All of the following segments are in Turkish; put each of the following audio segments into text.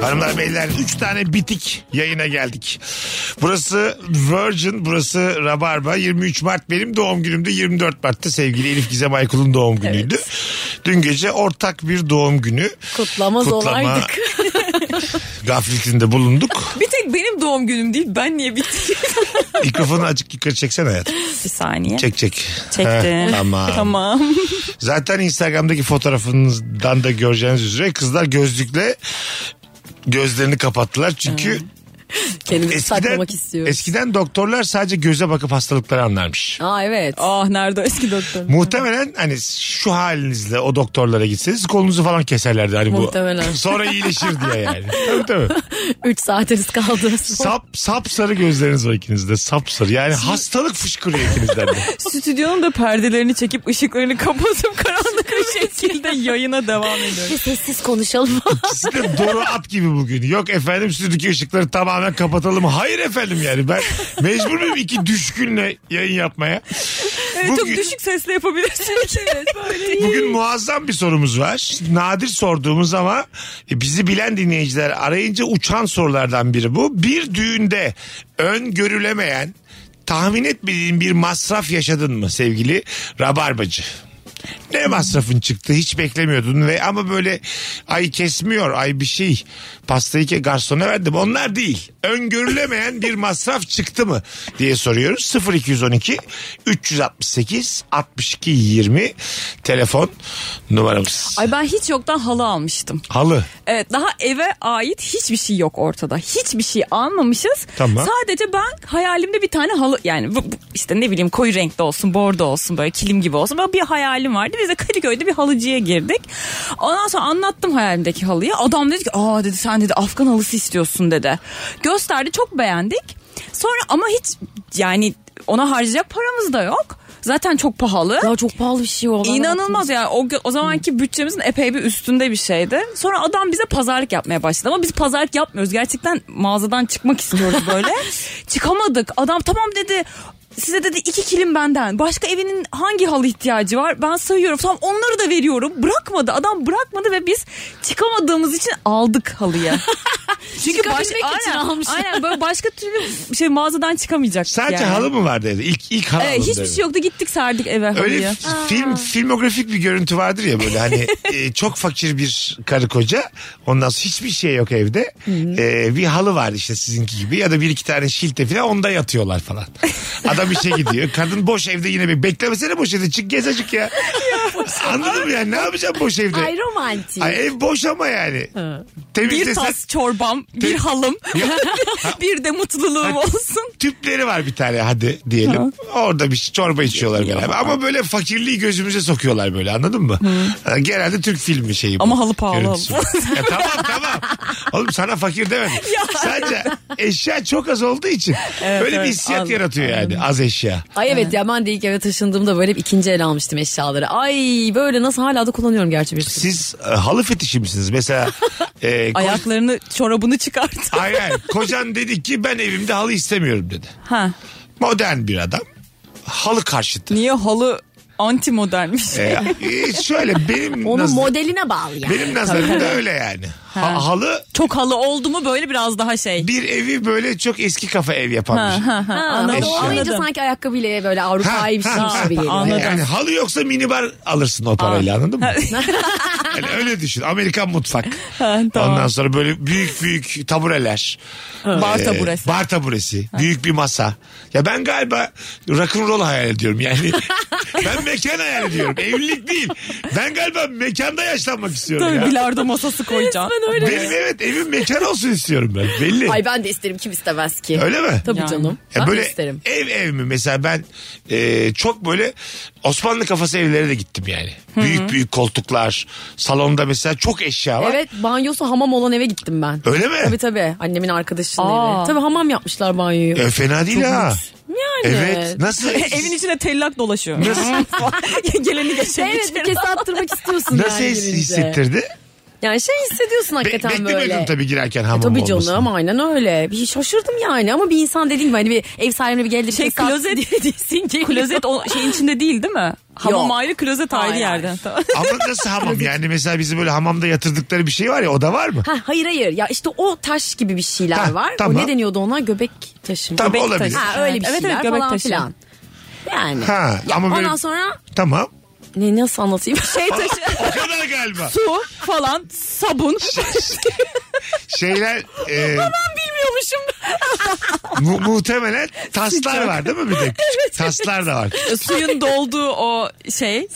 Hanımlar beyler 3 tane bitik yayına geldik. Burası Virgin, burası Rabarba. 23 Mart benim doğum günümdü. 24 Mart'ta sevgili Elif Gizem Aykul'un doğum günüydü. Dün gece ortak bir doğum günü. Kutlamaz Kutlama olaydık. gafletinde bulunduk. Bir tek benim doğum günüm değil ben niye bittim? Mikrofonu azıcık yukarı çeksen hayatım. bir saniye. Çek çek. Çektim. Heh, tamam. Tamam. Zaten Instagram'daki fotoğrafınızdan da göreceğiniz üzere kızlar gözlükle gözlerini kapattılar. Çünkü Kendimizi eskiden, saklamak istiyoruz. eskiden doktorlar sadece göze bakıp hastalıkları anlarmış. Aa evet. Ah nerede eski doktor? Muhtemelen hani şu halinizle o doktorlara gitseniz kolunuzu falan keserlerdi. Hani bu, Muhtemelen. Sonra iyileşir diye yani. Tabii tabii. 3 saatiniz kaldı. Sap, sap sarı gözleriniz var ikinizde. Sap sarı. Yani hastalık fışkırıyor ikinizden de. Stüdyonun da perdelerini çekip ışıklarını kapatıp karanlık bir şekilde yayına devam ediyoruz. Bir sessiz konuşalım. İkisi de doğru at gibi bugün. Yok efendim stüdyodaki ışıkları tamamen kapatalım. Hayır efendim yani ben mecbur muyum iki düşkünle yayın yapmaya? Evet, çok Bugün- düşük sesle yapabilirsiniz. evet böyle. Bugün muazzam bir sorumuz var. Nadir sorduğumuz ama e, bizi bilen dinleyiciler arayınca uçan sorulardan biri bu. Bir düğünde öngörülemeyen tahmin etmediğin bir masraf yaşadın mı sevgili Rabarbacı? Ne masrafın çıktı hiç beklemiyordun ve ama böyle ay kesmiyor ay bir şey pastayı ki garsona verdim onlar değil öngörülemeyen bir masraf çıktı mı diye soruyoruz 0212 368 62 20 telefon numaramız Ay ben hiç yoktan halı almıştım. halı Evet daha eve ait hiçbir şey yok ortada. Hiçbir şey almamışız. Tamam. Sadece ben hayalimde bir tane halı yani bu, bu- işte ne bileyim koyu renkli olsun, bordo olsun, böyle kilim gibi olsun. Böyle bir hayalim vardı. Biz de Kadıköy'de bir halıcıya girdik. Ondan sonra anlattım hayalimdeki halıyı. Adam dedi ki, "Aa dedi sen dedi Afgan halısı istiyorsun." dedi. Gösterdi, çok beğendik. Sonra ama hiç yani ona harcayacak paramız da yok. Zaten çok pahalı. Daha çok pahalı bir şey olan. İnanılmaz yani o, gö- o zamanki bütçemizin epey bir üstünde bir şeydi. Sonra adam bize pazarlık yapmaya başladı ama biz pazarlık yapmıyoruz. Gerçekten mağazadan çıkmak istiyoruz böyle. Çıkamadık. Adam tamam dedi size dedi iki kilim benden. Başka evinin hangi halı ihtiyacı var? Ben sayıyorum. Tamam onları da veriyorum. Bırakmadı. Adam bırakmadı ve biz çıkamadığımız için aldık halıyı. Çünkü Çıkabilmek için aynen, almışlar. aynen böyle başka türlü şey mağazadan çıkamayacak. sadece yani. halı mı vardı evde ilk, ilk halı Evet, alındı hiçbir evde. şey yoktu. Gittik sardık eve halıyı. Öyle şey. film filmografik bir görüntü vardır ya böyle hani e, çok fakir bir karı koca ondan sonra hiçbir şey yok evde E, bir halı var işte sizinki gibi ya da bir iki tane şilte falan onda yatıyorlar falan. Adam işe gidiyor kadın boş evde yine bir beklemesene boş evde çık gez azıcık ya. Anladın mı yani ne yapacağım boş evde? Ay romantik. Ay, ev boş ama yani. Bir Temizlesen tas çorbam, bir halım, bir de mutluluğum olsun. tüpleri var bir tane hadi diyelim. Orada bir şey- çorba içiyorlar beraber. Ama böyle fakirliği gözümüze sokuyorlar böyle anladın mı? Ha, Genelde Türk filmi şeyi bu. Ama halı pahalı. Görüntüsü bu. ya, tamam tamam. Oğlum sana fakir demedim. Sadece eşya çok az olduğu için böyle bir evet, hissiyat anladım, yaratıyor yani az eşya. Ay evet ya ben de ilk eve taşındığımda böyle hep ikinci el almıştım eşyaları. Ay böyle nasıl hala da kullanıyorum gerçi bir sürü. Siz e, halı fetişi misiniz? Mesela e, ko- Ayaklarını, çorabını çıkart. Hayır, hayır. kocan dedi ki ben evimde halı istemiyorum dedi. ha. Modern bir adam. Halı karşıtı. Niye halı anti modernmiş? E, e, şöyle benim Onun nazarım- modeline bağlı yani. Ee, Benim nazarımda öyle yani. Ha- halı Çok halı oldu mu böyle biraz daha şey. bir evi böyle çok eski kafa ev yapan bir şey. Ha, Ha, anladım. o alınca Anladım. sanki ayakkabıyla böyle Avrupa'yı bir şey Ha, gibi geliyor. anladım. Yani halı yoksa minibar alırsın o parayla anladın mı? yani öyle düşün. Amerikan mutfak. Ha, tamam. Ondan sonra böyle büyük büyük tabureler. Bar Ee, taburesi. Bar taburesi. Büyük bir masa. Ya ben galiba rock'n'roll hayal ediyorum yani. ben mekan hayal ediyorum. Evlilik değil. Ben galiba mekanda yaşlanmak istiyorum Tabii ya. bilardo masası koyacağım. Benim evet evim mekan olsun istiyorum ben. Belli. Ay ben de isterim kim istemez ki. Öyle mi? Tabii Yani. canım. Ya ben böyle de isterim. ev ev mi mesela ben e, çok böyle Osmanlı kafası evlere de gittim yani. Büyük büyük koltuklar, salonda mesela çok eşya var. Evet banyosu hamam olan eve gittim ben. Öyle mi? Tabii tabii annemin arkadaşının Aa. evi. Tabii hamam yapmışlar banyoyu. E, fena değil ha. Yani Evet. Nasıl? Evin içinde tellak dolaşıyor. Nasıl? Geleni geçeni Evet bir içeri. kez attırmak istiyorsun Nasıl yani his- girince. hissettirdi? Yani şey hissediyorsun Be- hakikaten beklemiyordun böyle. E, tabii girerken hamam Tabii olmasını. canım aynen öyle. Bir şey şaşırdım yani ama bir insan dediğim gibi hani bir ev sahibine bir geldi. bir Şey kez daha klozet desin ki- klozet o şeyin içinde değil değil mi? Hamam Yok. ayrı klozet ayrı Hayır, yerde. hayır. Tamam. Ama nasıl hamam yani mesela bizi böyle hamamda yatırdıkları bir şey var ya o da var mı? Ha, hayır hayır ya işte o taş gibi bir şeyler Ha, var. tamam. O ne deniyordu ona göbek taşı. mı? Tamam, olabilir. Ha, öyle bir Evet, evet, şeyler göbek falan taşı. filan. Yani. Ha, Ya, ama ondan böyle- sonra Tamam. ne nasıl anlatayım? Şey taşı. O kadar galiba. Su falan sabun. Şey- Şeyler e, Bilmiyormuşum. mu- muhtemelen taslar var değil mi bir de? Taslar da var. Suyun dolduğu o şey.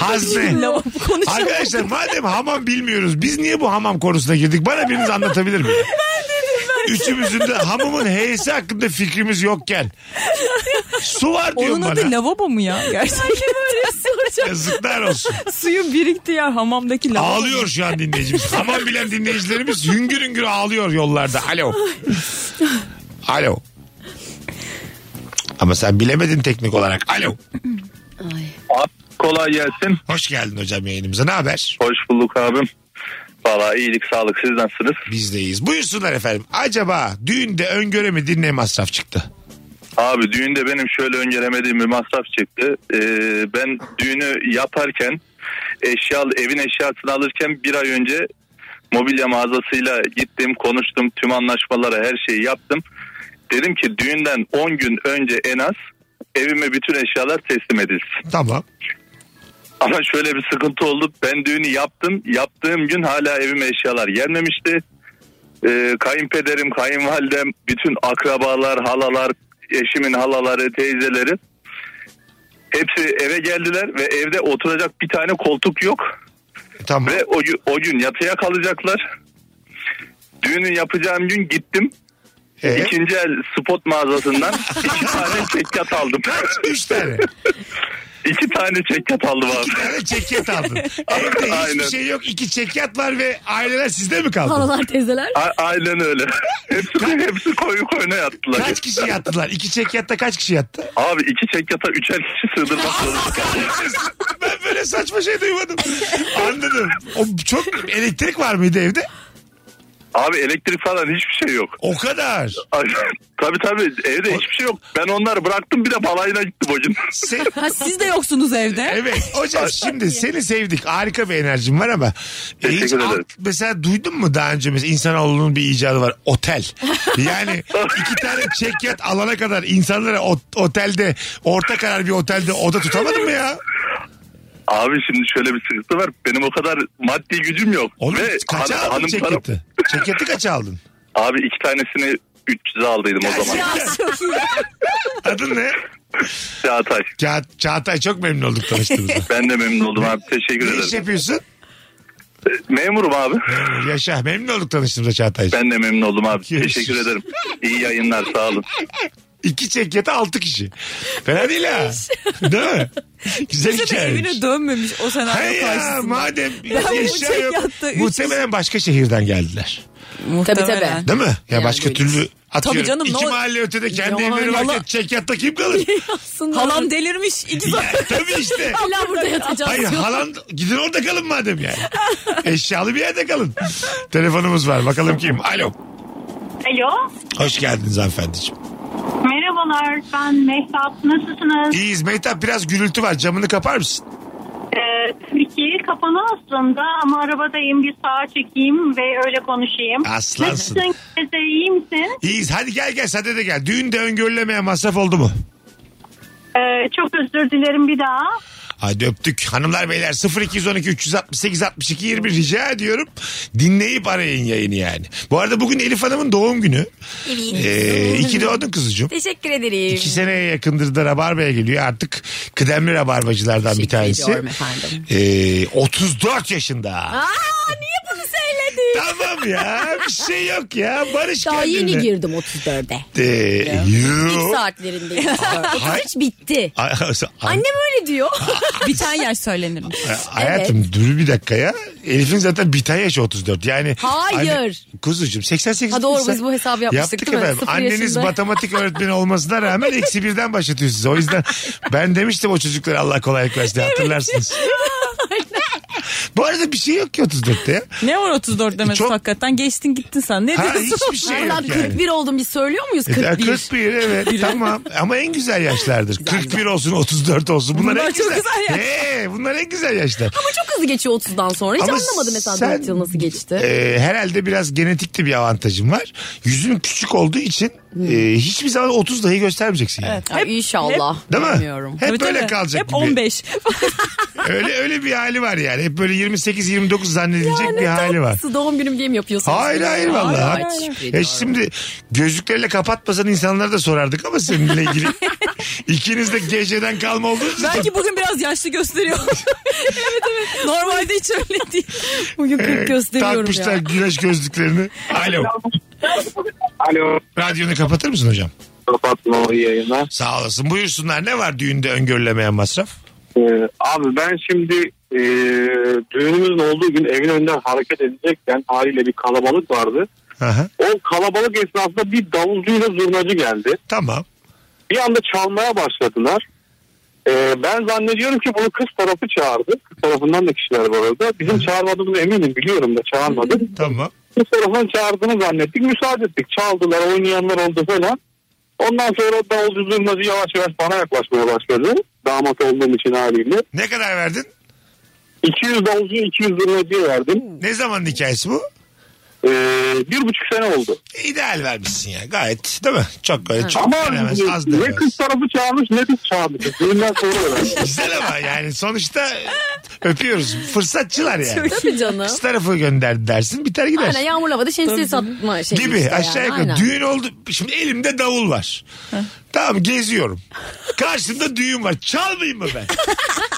Hazne. Lavabo konuşalım. Arkadaşlar madem hamam bilmiyoruz biz niye bu hamam konusuna girdik? Bana biriniz anlatabilir mi? Üçümüzün de hamamın heyesi hakkında fikrimiz yokken. Su var diyorum Onun adı bana. lavabo mu ya? Gerçekten Yazıklar olsun. suyun biriktiği yer hamamdaki lavabo. Ağlıyor şu an dinleyicimiz. Hamam bilen dinleyicilerimiz hüngür hüngür ağlıyor yollarda. Alo. Alo. Ama sen bilemedin teknik olarak. Alo. Abi kolay gelsin. Hoş geldin hocam yayınımıza. Ne haber? Hoş bulduk abim. Valla iyilik sağlık siz nasılsınız? Bizdeyiz. Buyursunlar efendim. Acaba düğünde öngöre mi dinle masraf çıktı? Abi düğünde benim şöyle öngöremediğim bir masraf çıktı. Ee, ben düğünü yaparken eşya evin eşyasını alırken bir ay önce mobilya mağazasıyla gittim konuştum tüm anlaşmalara her şeyi yaptım. Dedim ki düğünden 10 gün önce en az evime bütün eşyalar teslim edilsin. Tamam. Ama şöyle bir sıkıntı oldu. Ben düğünü yaptım. Yaptığım gün hala evime eşyalar gelmemişti. Ee, kayınpederim, kayınvalidem, bütün akrabalar, halalar, eşimin halaları, teyzeleri. Hepsi eve geldiler ve evde oturacak bir tane koltuk yok. Tamam. Ve o, gü- o gün yatıya kalacaklar. Düğünü yapacağım gün gittim. Ee? İkinci el spot mağazasından iki tane çekyat aldım. Üç tane. iki tane çekyat aldım abi. İki tane çekyat aldın. Evde hiçbir Aynen. şey yok. İki çekyat var ve aileler sizde mi kaldı? halalar teyzeler. A- aynen öyle. hepsi, hepsi koyu koyuna yattılar. Kaç kişi yattılar? İki çekyatta kaç kişi yattı? Abi iki çekyata üçer kişi sığdırmak zorunda. ben böyle saçma şey duymadım. Anladım. O çok elektrik var mıydı evde? Abi elektrik falan hiçbir şey yok. O kadar. Ay, tabii tabii evde hiçbir şey yok. Ben onları bıraktım bir de balayına gittim o gün. Se- Ha, siz de yoksunuz evde. evet hocam şimdi seni sevdik. Harika bir enerjin var ama. e, hiç Teşekkür ederim. alt- mesela duydun mu daha önce mesela insanoğlunun bir icadı var. Otel. Yani iki tane çekyat alana kadar insanlara ot- otelde orta karar bir otelde oda tutamadın mı ya? Abi şimdi şöyle bir sıkıntı var. Benim o kadar maddi gücüm yok. Oğlum kaça han- aldın hanım taraf- çekyatı? Çekyatı kaça aldın? Abi iki tanesini 300'e aldıydım o zaman. Adın ne? Çağatay. Ça- Çağatay çok memnun olduk tanıştığımıza. Ben de memnun oldum abi. Teşekkür ne iş ederim. yapıyorsun? Memurum abi. Yaşa. Memnun olduk tanıştığımıza Çağatay'cığım. Ben de memnun oldum abi. Görüşürüz. Teşekkür ederim. İyi yayınlar sağ olun. İki çekyete altı kişi. Fena değil ha. değil mi? Güzel Kimse de hikaye. evine dönmemiş o senaryo Hayır ya karşısında. madem bu eşya yok. çekyatta üç- Muhtemelen başka şehirden geldiler. Tabii tabii. Muhtemelen. Değil mi? Ya Yani başka öyle. türlü atıyorum. Tabii canım, İki ne o- mahalle ötede kendi Ya, evleri varken yalan. çekyatta kim kalır? Aslında Halam delirmiş. İkiz Ya, Tabii işte. hala burada yatacağız. Hayır halan gidin orada kalın madem yani. Eşyalı bir yerde kalın. Telefonumuz var bakalım kim? Alo. Alo. Hoş geldiniz hanımefendiciğim. Merhabalar. Ben Mehtap. Nasılsınız? İyiyiz Mehtap biraz gürültü var camını kapar mısın? Ee, tabii ki kapalı aslında ama arabadayım. Bir sağa çekeyim ve öyle konuşayım. Aslansın. Nasılsın? Teyze, iyi misin? İyiyiz hadi gel gel sen de gel. Düğünde öngörülemeyen masraf oldu mu? Ee, çok özür dilerim bir daha. Hadi öptük. Hanımlar beyler 0212 368 62 20 rica ediyorum. Dinleyip arayın yayını yani. Bu arada bugün Elif Hanım'ın doğum günü. Ee, iki doğdun kuzucuğum. Teşekkür ederim. İki seneye yakındır da Rabarba'ya geliyor. Artık kıdemli Rabarbacılardan bir Teşekkür tanesi. ediyorum efendim. Ee, 34 yaşında. Aa niye bunu söyledin? tamam ya bir şey yok ya barış Daha kendine. yeni girdim 34'e. De, İlk yuh. saatlerindeyim. Hay- Hiç bitti. Ay- ay- Annem öyle diyor. Biten yaş söylenirmiş. E, Hayatım dur bir dakika ya. Elif'in zaten biten yaşı 34. Yani Hayır. kuzucuğum 88. Ha doğru, insan- biz bu hesabı yapmıştık Yaptık değil mi? efendim. Sıfır Anneniz yaşında. matematik öğretmeni olmasına rağmen eksi birden başlatıyor size. O yüzden ben demiştim o çocuklara Allah kolaylık versin diye, hatırlarsınız. bu arada bir şey yok ki 34'te ya. Ne var 34 demesi Çok- hakikaten geçtin gittin sen ne Ha, diyorsun? hiçbir şey Valla yok yani. 41 oldum biz söylüyor muyuz E, 41? 41 evet tamam ama en güzel yaşlardır. 41 olsun 34 olsun bunlar, Bunlar en çok güzel. güzel yaşlar. Ee, bunlar en güzel yaşlar. Ama çok hızlı geçiyor 30'dan sonra. Hiç Ama anlamadım mesela sen- 4 yıl nasıl geçti. Ee, herhalde biraz genetikte bir avantajım var. Yüzüm küçük olduğu için e, hiçbir zaman 30 dahi göstermeyeceksin. Yani. Ay, inşallah. Değil mi? Bilmiyorum. Hep Tabii, böyle tabii. kalacak Hep gibi. 15. Öyle öyle bir hali var yani. Hep böyle 28-29 zannedilecek bir hali var. Siz doğum günüm diye mi yapıyorsunuz? Hayır hayır vallahi. Ay, teşekkür Ya ediyorum. şimdi gözlüklerle kapatmasan insanlara da sorardık ama seninle ilgili. İkiniz de geceden kalma olduğunuz için. Belki bugün biraz yaşlı gösteriyor. evet evet. Normalde hiç öyle değil. Bugün E, 40 gösteriyorum Takmışlar ya. güneş gözlüklerini. Alo. Alo. Radyonu kapatır mısın hocam? Kapatma o yayına. Sağ olasın. Buyursunlar. Ne var düğünde öngörülemeyen masraf? Ee, abi ben şimdi e, düğünümüzün olduğu gün evin önünden hareket edecekken haliyle bir kalabalık vardı. Aha, O kalabalık esnasında bir davulcuyla zurnacı geldi. tamam. Bir anda çalmaya başladılar. Ee, ben zannediyorum ki bunu kız tarafı çağırdı. Kız tarafından da kişiler var arada. Bizim çağırmadığımızı eminim biliyorum da çağırmadı. Tamam. Kız tarafından çağırdığını zannettik. Müsaade ettik. Çaldılar oynayanlar oldu falan. Ondan sonra davulcu zurnacı yavaş yavaş bana yaklaşmaya başladı. Damat olduğum için haliyle. Ne kadar verdin? 200 davulcu 200 zurnacıya verdim. Ne zamanın hikayesi bu? Ee, bir buçuk sene oldu. İdeal vermişsin ya gayet değil mi? Çok böyle çok Ama denemez, az ne denemez. kız tarafı çağırmış ne biz çağırmışız. Düğünden sonra öğrendim. Güzel ama yani sonuçta öpüyoruz. Fırsatçılar yani. Tabii canım. Kız tarafı gönderdi dersin biter gider. Aynen yağmurlu havada şemsiye satma şey Gibi işte aşağı yani, yukarı. aynen. Düğün oldu. Şimdi elimde davul var. Tamam geziyorum. Karşımda düğün var. Çalmayayım mı ben?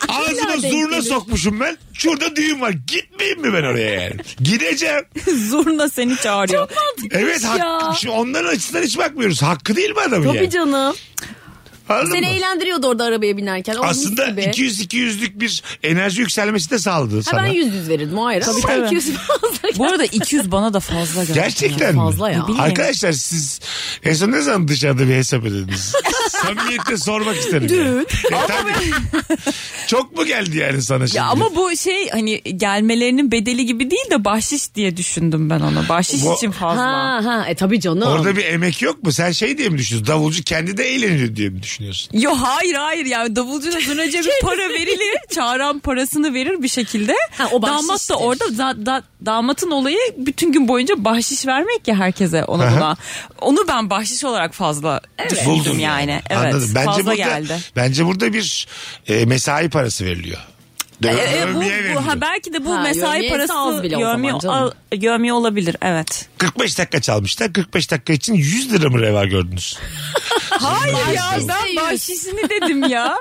Ağzıma zurna sokmuşum ben. Şurada düğün var. Gitmeyeyim mi ben oraya yani? Gideceğim. Zurna seni çağırıyor. Evet hakkı. Şimdi onların açısından hiç bakmıyoruz. Hakkı değil mi adamın Tabii yani? canım. Anladın Seni mı? eğlendiriyordu orada arabaya binerken. O mis Aslında gibi. 200-200'lük bir enerji yükselmesi de sağladı Ha sana. ben 100 yüz verirdim o ayrı. Tabii tabii. 200 fazla. Bu arada 200 bana da fazla geldi. Gerçekten Fazla mi? ya. Arkadaşlar siz en son ne zaman dışarıda bir hesap ödediniz? Samimiyetle sormak isterim. Dün. Çok mu geldi yani sana şimdi? Ya ama bu şey hani gelmelerinin bedeli gibi değil de bahşiş diye düşündüm ben onu. Bahşiş Bu- için fazla. Ha ha e tabii canım. Orada bir emek yok mu? Sen şey diye mi düşünüyorsun? Davulcu kendi de eğleniyor diye mi düşünüyorsun? Yo hayır hayır yani davulcuyla dönece bir para verilir. Çağıran parasını verir bir şekilde. Ha, o Damat bahşiştir. da orada da- da- damatın olayı bütün gün boyunca bahşiş vermek ya herkese ona Aha. buna. Onu ben bahşiş olarak fazla evet. Buldum yani. Evet Anladım. Bence fazla burada, geldi. Bence burada bir e, mesai parası veriliyor. Dö- E, e, bu, dövmeye bu, veriliyor. ha, belki de bu Ha, mesai yövmiyesi parası az bile o zaman yövmiyor- canım. al- yövmiyor olabilir evet. 45 dakika çalmışlar. 45 dakika için 100 lira mı reva gördünüz? şey Hayır ya Bahşiş de ben yüz. bahşişini dedim ya.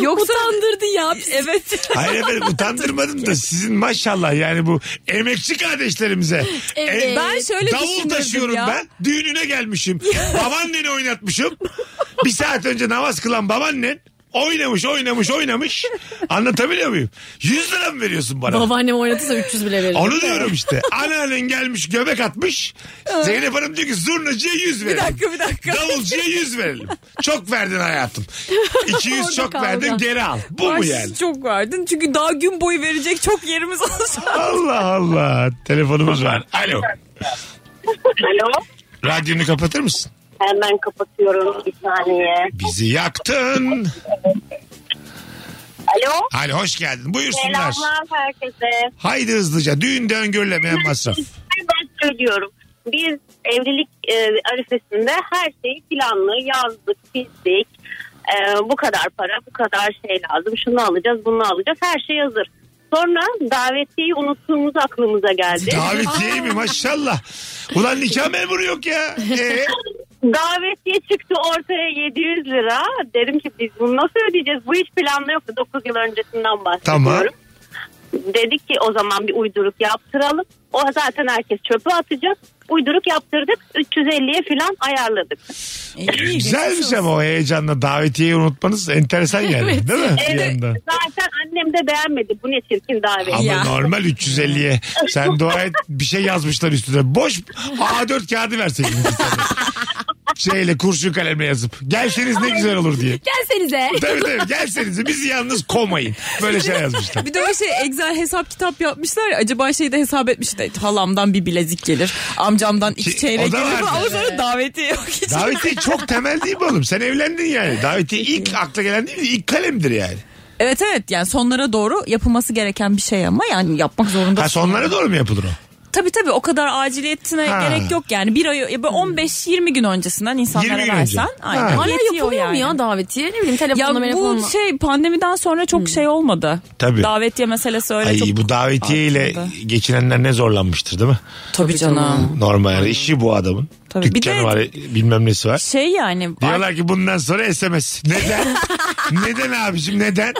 Yoksa... Utandırdı ya. Evet. Hayır efendim utandırmadım da sizin maşallah yani bu emekçi kardeşlerimize. Evet. E, Ben şöyle Davul düşünürdüm taşıyorum ya. ben. Düğününe gelmişim. babaanneni oynatmışım. Bir saat önce namaz kılan babaannen oynamış oynamış oynamış. Anlatabiliyor muyum? 100 lira mı veriyorsun bana? Babaannem oynatırsa 300 bile verirdim. Onu diyorum işte. Anneannen gelmiş göbek atmış. Zeynep Hanım diyor ki zurnacıya 100 verelim. Bir dakika bir dakika. Davulcuya 100 verelim. Çok verdin hayatım. 200 çok kavga. verdin geri al. Bu mu Bahşiş yani? çok verdin çünkü daha gün boyu verecek çok yerimiz olsun. Allah Allah. Telefonumuz var. Alo. Alo. Radyonu kapatır mısın? Hemen kapatıyorum bir saniye. Bizi yaktın. Alo. Hadi hoş geldin. Buyursunlar. Selamlar herkese. Haydi hızlıca. Düğünde öngörülemeyen masraf. Ben söylüyorum. Biz evlilik e, arifesinde her şeyi planlı yazdık, çizdik. E, bu kadar para, bu kadar şey lazım. Şunu alacağız, bunu alacağız. Her şey hazır. Sonra davetiyeyi unuttuğumuz aklımıza geldi. Davetiye mi maşallah. Ulan nikah memuru yok ya. Ee, Davetiye çıktı ortaya 700 lira. Dedim ki biz bunu nasıl ödeyeceğiz? Bu hiç planda yoktu. 9 yıl öncesinden bahsediyorum. Tamam. dedik ki o zaman bir uyduruk yaptıralım. O zaten herkes çöpü atacak. Uyduruk yaptırdık. 350'ye falan ayarladık. İyi, Güzelmiş ama o heyecanla davetiyeyi unutmanız enteresan yani değil mi? Bir Evet, yandan. zaten annem de beğenmedi. Bu ne çirkin davet. Ama Ya. normal 350'ye. Sen dua et bir şey yazmışlar üstüne. Boş A4 kağıdı verseydin. insana. Şeyle kurşun kalemle yazıp. Gelseniz ne güzel olur diye. Gelsenize. Tabii tabii gelseniz bizi yalnız komayın. Böyle şey yazmışlar. Bir de o şey Excel hesap kitap yapmışlar ya, acaba şeyi de hesap etmişler. Halamdan bir bilezik gelir. Amcamdan iki Ki- çeyrek o da gelir. vardı. Ama sonra davetiye yok. Hiç Davetiye çok temel değil mi oğlum? Sen evlendin yani. Davetiye ilk akla gelen değil mi? İlk kalemdir yani. Evet evet yani sonlara doğru yapılması gereken bir şey ama yani yapmak zorunda. Ha sonlara doğru mu yapılır o? Tabii tabii o kadar aciliyetine Ha. gerek yok yani. Bir ay ya böyle 15-20 gün öncesinden insanlara 20 gün önce. versen. Aynen. Ha. Hala Yetiyor yapılıyor mu yani. ya davetiye? Ne bileyim Ya telefonla bu telefonla. şey pandemiden sonra Hmm. çok şey olmadı. Tabii. Davetiye meselesi öyle Ay çok. bu davetiye ile Artmadı. geçinenler ne zorlanmıştır değil mi? Tabii canım. Normal yani işi bu adamın. Tabii. Bir Dükkanı de- var bilmem nesi var. Şey yani. Diyorlar ki bundan sonra SMS. Neden? neden abicim neden?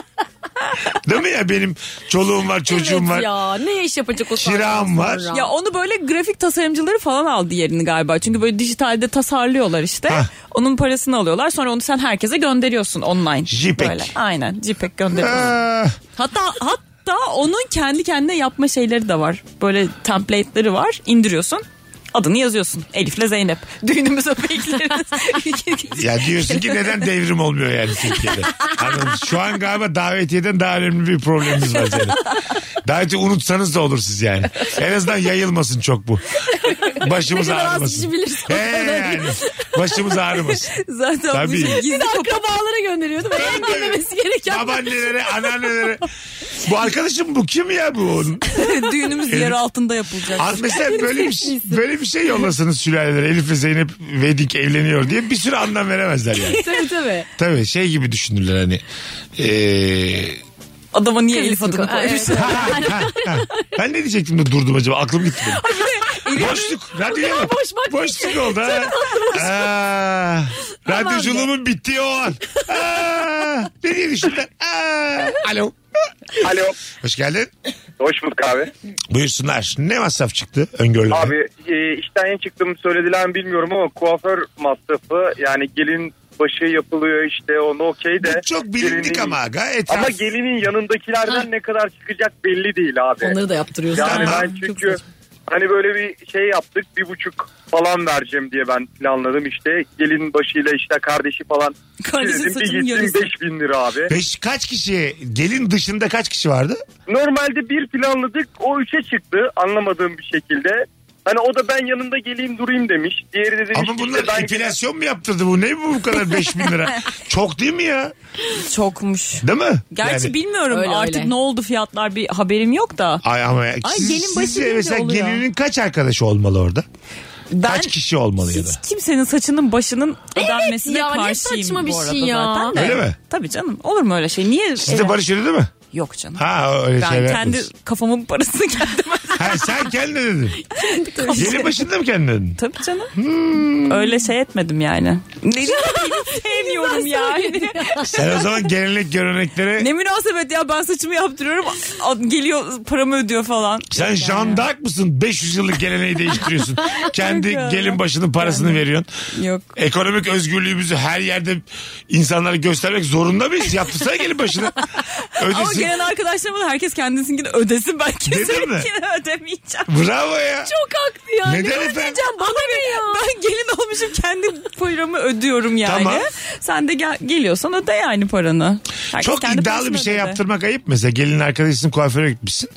Değil mi ya benim çoluğum var çocuğum Evet var. ya ne iş yapacak o saatten Kiram var. sonra? Ya onu böyle grafik tasarımcıları falan aldı yerini galiba. Çünkü böyle dijitalde tasarlıyorlar işte. Hah. Onun parasını alıyorlar. Sonra onu sen herkese gönderiyorsun online. JPEG. Böyle. Aynen. JPEG gönderiyorsun. Aa, hatta hatta onun kendi kendine yapma şeyleri de var. Böyle template'leri var. İndiriyorsun. Adını yazıyorsun. Elif'le Zeynep. Düğünümüze bekleriz. ya diyorsun ki neden devrim olmuyor yani Türkiye'de? Anladın mı? Şu an galiba davetiyeden daha önemli bir problemimiz var senin. Davetiye unutsanız da olur siz yani. En azından yayılmasın çok bu. Başımız Ne kadar az ağrımasın. kişi bilirse o He kadar. yani. Başımız ağrımasın. Zaten Tabii. bizim Bir gizli de kapı- akrabalara gönderiyordum. Ben görmemesi gereken. Babaannelere, anneannelere. Bu arkadaşım bu kim ya bu? Onun? düğünümüz yer altında yapılacak. Az mesela böyle bir, böyle bir şey yollasınız sülalelere. Elif ve Zeynep Vedik evleniyor diye bir sürü anlam veremezler yani. tabii tabii. Tabii şey gibi düşünürler hani. Ee, Adama niye Elif adını Ha, evet. koymuş? ben ne diyecektim de durdum acaba aklım gitti benim. Boşluk. Radyoya bak. Boş bak. Boşluk oldu ha. Aa, radyoculuğumun bittiği o an. Aa, ne diye düşündüler? Aa, Alo. Alo. Hoş geldin. Hoş bulduk abi. Buyursunlar. Ne masraf çıktı öngörülen? Abi e, işten yeni çıktım söylediler mi bilmiyorum ama kuaför masrafı yani gelin başı yapılıyor işte onu okey de. Bu çok bilindik gelinin- ama aga. Etraf- Ama gelinin yanındakilerden ne kadar çıkacak belli değil abi. Onları da yaptırıyorsun. Yani Tamam. ben çünkü hani böyle bir şey yaptık bir buçuk falan vereceğim diye ben planladım işte. Gelin başıyla işte kardeşi falan. Kardeşin Dedim bir saçının gittim yarısı. 5000 lira abi. Beş, kaç kişi gelin dışında kaç kişi vardı? Normalde bir planladık o üçe çıktı anlamadığım bir şekilde. Hani o da ben yanında geleyim durayım demiş. Diğeri de demiş Ama ki bunlar işte ben enflasyon mu yaptırdı bu? Ne bu bu kadar 5 bin lira? Çok değil mi ya? Çokmuş. Değil mi? Gerçi Yani- bilmiyorum Öyle, artık öyle. ne oldu fiyatlar bir haberim yok da. Ay ama ya. Ay siz, gelin başı sizce deyince mesela oluyor. gelinin kaç arkadaşı olmalı orada? Ben Kaç kişi olmalı ya da? hiç kimsenin saçının başının ödenmesine ya, ne karşıyım saçma bir bu arada şey ya. zaten de. Öyle mi? Tabii canım olur mu öyle şey? Niye? Sizde Barış öyle değil mi? Yok canım. Ha şey öyle ben şeyler kendi yapıyorsun. kafamın parasını kendim Ha sen kendine dedin. Gelin başında mı kendine dedin? Tabii canım. Hmm. Öyle şey etmedim yani. Ne sevmiyorum yani. Sen o zaman gelenek göreneklere... ne münasebet ya ben saçımı yaptırıyorum. a- Geliyor paramı ödüyor falan. Sen Jean d'Arc mısın? 500 yıllık geleneği değiştiriyorsun. Kendi Yok ya. gelin başının parasını veriyorsun. Yok. Ekonomik özgürlüğümüzü her yerde insanlara göstermek zorunda mıyız? Yaptırsana gelin başına. Ama Ödesin. gelen arkadaşlarıma da herkes kendisinkini ödesin. Ben mi? kesinlikle ödemeyeceğim. Bravo ya. Çok haklı yani. Neden efendim? Bana ne ya? Ben gelin olmuşum kendi paramı ödüyorum yani. Tamam. Sen de gel- geliyorsan öde yani paranı. Herkes Çok kendi iddialı parasını bir şey ödedi. yaptırmak ayıp mesela. Gelin arkadaşısın kuaföre gitmişsin.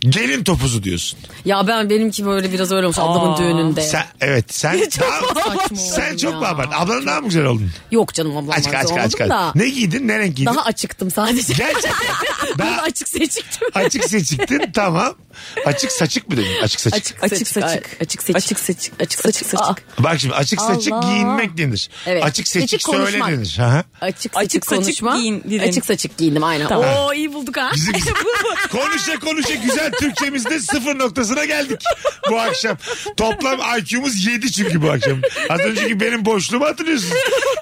Gelin topuzu diyorsun. Ya ben benimki böyle biraz öyle olmuş ablamın Aa. düğününde. Sen evet sen daha, Saçma sen oldum çok ya. mu abart- Ablan daha mı güzel oldun? Yok canım ablam Aç vardı, aç aç olmadım aç. da. Ne giydin? Ne renk giydin? Daha açıktım sadece. Gerçekten. Biraz daha açık seçiktim. açık seçiktin tamam. Açık saçık mı dedin? Açık saçık. Açık Açık seçik. saçık. Açık seçik. Açık saçık. Açık saçık. Aa, saçık. Bak şimdi açık saçık Allah. giyinmek denir. Evet. Açık seçik, Seçik söyle konuşmak. denir. Hı hı. Ah, Açık Açık saçık saçık konuşma. giyin dilin. Açık saçık giyindim aynen. Tamam. Oo iyi bulduk ha. Bizim konuşa konuşa güzel Türkçemizde sıfır noktasına geldik bu akşam. Toplam IQ'muz 7 çünkü bu akşam. Az önceki benim boşluğumu hatırlıyorsunuz.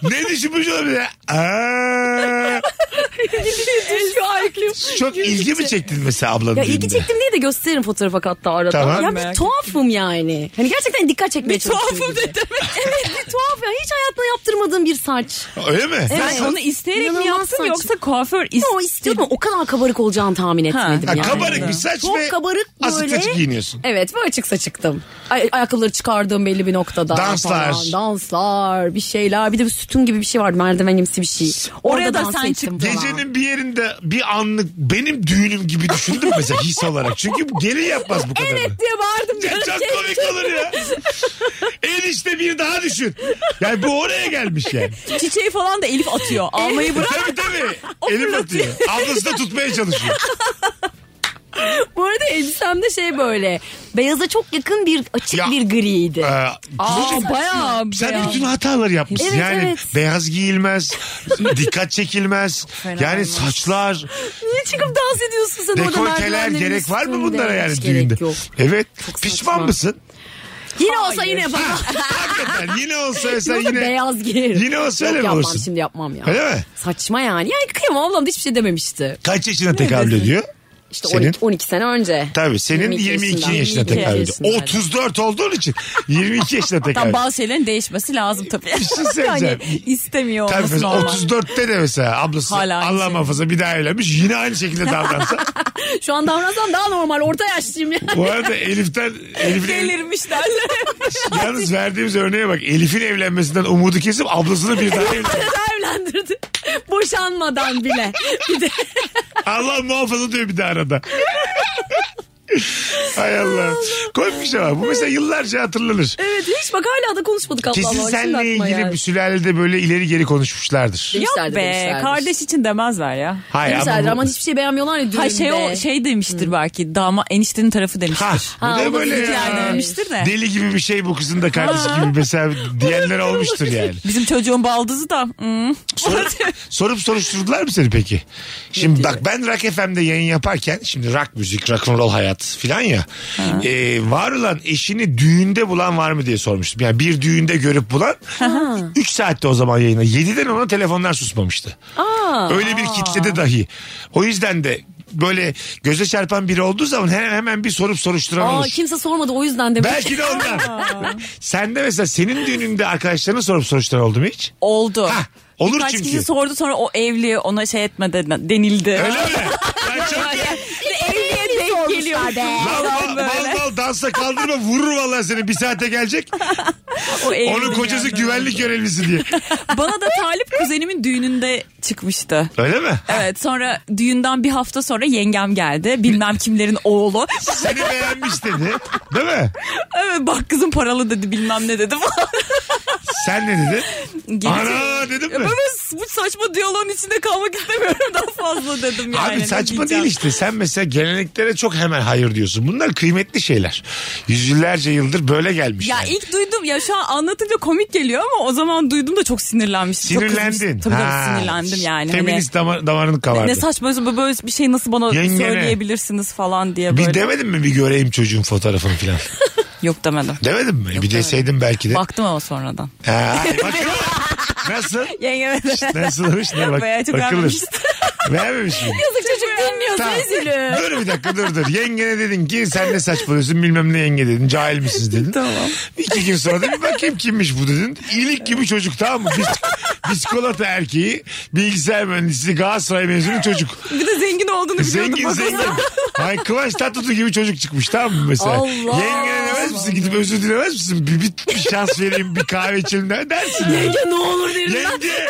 Ne düşünmüş olabilir? Aa, Şu an Öyküm. Çok ilgi mi çektin mesela ablanın Ya düğünde? ilgi çektim diye de gösteririm fotoğraf hatta arada. Tamam. Ya bir Merak tuhafım yani. Hani gerçekten dikkat çekmeye Bir tuhafım çalışıyorum ne gibi. demek? Evet bir tuhaf ya. Hiç hayatımda yaptırmadığım bir saç. Öyle mi? Sen onu isteyerek mi İnanılmaz yaptın saçma. yoksa kuaför Ya o istedi? istiyordum ama o kadar kabarık olacağını tahmin etmedim Ha, yani. kabarık bir saç Çok ve kabarık asık böyle. saçı giyiniyorsun. Evet böyle açık saçıktım. Ay- ayakkabıları çıkardığım belli bir noktada. Danslar. falan. Danslar bir şeyler. Bir de bir sütun gibi bir şey vardı merdiven gimsi bir şey. Orada Oraya da dans sen ettim çıktın. falan. Gecenin bir yerinde bir anlık benim düğünüm gibi düşündüm mesela his olarak. Çünkü gelin yapmaz bu kadarını. Evet diye bağırdım. Ya çok komik olur ya. Enişte bir daha düşün. Yani bu oraya gelmiş yani. Çiçeği falan da Elif atıyor. Eh. Almayı bırak. Tabii tabii. Elim fırlatıyor. atıyor. Ablası da tutmaya çalışıyor. Bu arada elbisemde şey böyle. Beyaza çok yakın bir açık Ya. bir griydi. Ee, Aa bayağı. sen bayağı. bütün hataları yapmışsın. Evet, yani evet. beyaz giyilmez, dikkat çekilmez. yani olmaz. saçlar, Niye çıkıp dans ediyorsun sen orada dekolteler merdivenlerin gerek var mı üstünde? bunlara yani Hiç düğünde? Gerek yok. Evet. saçma. Pişman mısın? Yine olsa yine yaparım. Hakikaten yine olsa Yine mesela olsa yine beyaz giyerim. yine olsa öyle Yok mi yapmam olursun? şimdi yapmam ya. Öyle mi? Saçma yani. Yani kıyamam ablam da hiçbir şey dememişti. Kaç yaşına tekabül ediyor? İşte Senin? 12, 12 sene önce. Tabii senin 22, 22 yaşından. yaşına 22 tekabül ediyor. yaşındaydı. 34 olduğun için 22 yaşına tekabül Tam ediyor. bazı şeylerin değişmesi lazım tabii. Bir şey söyleyeceğim. istemiyor Tabii olması mesela normal. 34'te de mesela ablası Hala aynı Allah şey. muhafaza bir daha evlenmiş yine aynı şekilde davransa. Şu an davransam daha normal orta yaşlıyım yani. Bu arada Elif'ten Elif'in Delirmiş derler. yalnız verdiğimiz örneğe bak Elif'in evlenmesinden umudu kesip ablasını bir daha evlenmiş. Neden evlendirdi? Boşanmadan bile. Bir de Allah muhafaza diyor bir de arada. Hay Allah. Komik bir şey var. Bu mesela yıllarca hatırlanır. evet hiç bak hala da konuşmadık ablamla. Kesin Şimdi seninle atma ilgili yani. bir sülalede böyle ileri geri konuşmuşlardır. Yok Demişlerdir, be demişlerdir. kardeş için demezler ya. Hayır Demişlerdir ama bu- ama hiçbir şey beğenmiyorlar ya düğünde. Ha şey o şey demiştir belki. Dama eniştenin tarafı demiştir. Ha, bu Ha, ne o da böyle bizimkiler ya? dememiştir de. Deli gibi bir şey bu kızın da kardeşi gibi mesela diyenler olmuştur yani. Bizim çocuğun baldızı da. hmm. Sorup soruşturdular mı seni peki? Şimdi bak ben Rock FM'de yayın yaparken şimdi rock müzik, rock and roll hayat filan ya. E, var olan eşini düğünde bulan var mı diye sormuştum. Yani bir düğünde görüp bulan 3 saatte o zaman yayına. 7'den ona telefonlar susmamıştı. Öyle bir kitlede dahi. O yüzden de böyle göze çarpan biri olduğu zaman hemen hemen bir sorup soruşturan Aa, olur. kimse sormadı o yüzden demek. Belki de ondan. Sen de mesela senin düğününde arkadaşlarına sorup soruşturan oldu mu hiç? Oldu. Ha, olur Birkaç çünkü. kişi sordu sonra o evli ona şey etme de- denildi. Öyle mi? Ya çok Evliye denk geliyor. Lan Falan bal, bal böyle. bal dansa kaldırma vurur vallahi seni bir saate gelecek. O evli Onun kocası yani. güvenlik görevlisi diye. Bana da Talip kuzenimin düğününde çıkmıştı. Öyle mi? Evet sonra düğünden bir hafta sonra yengem geldi. Bilmem kimlerin oğlu. Seni beğenmiş dedi. Değil mi? Evet bak kızım paralı dedi bilmem ne dedi falan. Sen ne dedin? Geri Ana dedim mi? Ben bu saçma diyaloğun içinde kalmak istemiyorum daha fazla dedim yani. Abi Ne saçma diyeceğim? değil işte. Sen mesela geleneklere çok hemen hayır diyorsun. Bunlar kıymetli şeyler. Yüzyıllarca yıldır böyle gelmiş. Ya yani. ilk duydum ya şu an anlatınca komik geliyor ama o zaman duydum da çok sinirlenmiştim. Çok Sinirlendin. kızmıştım. tabii Ha. tabii sinirlendim yani. Feminist damar, damarını hani, kavardı. ne saçma böyle bir şey nasıl bana Yengene. söyleyebilirsiniz falan diye böyle. bir demedin mi bir göreyim çocuğun fotoğrafını falan. Yok demedim. demedin mi? bir deseydin belki de. Baktım ama sonradan. Ha, bak- Nasıl? Yengeme de. Nasılmış ne Yok bak. be, çok bakılır. vermemiş. Vermemiş mi? Yazık çocuk dinliyorsa Tamam. üzülür. Dur bir dakika dur dur. Yengene dedin ki sen ne saçmalıyorsun bilmem ne yenge dedin. Cahil misiniz dedin. tamam. İki gün sonra da bir bakayım kimmiş bu dedin. İlik gibi çocuk tamam mı? Bis Biskolata erkeği, bilgisayar mühendisi, Galatasaray mezunu çocuk. Bir de zengin olduğunu biliyordum. Zengin bak o zengin. zaman. Ay Kıvanç Tatlıtuğ gibi çocuk çıkmış tamam mı mesela? Allah. Yengene demez misin? Gidip özür dilemez misin? Bir, bir, bir şans vereyim, bir kahve içelim der- dersin. yani. Ya ne olur derim. Yenge. Yenge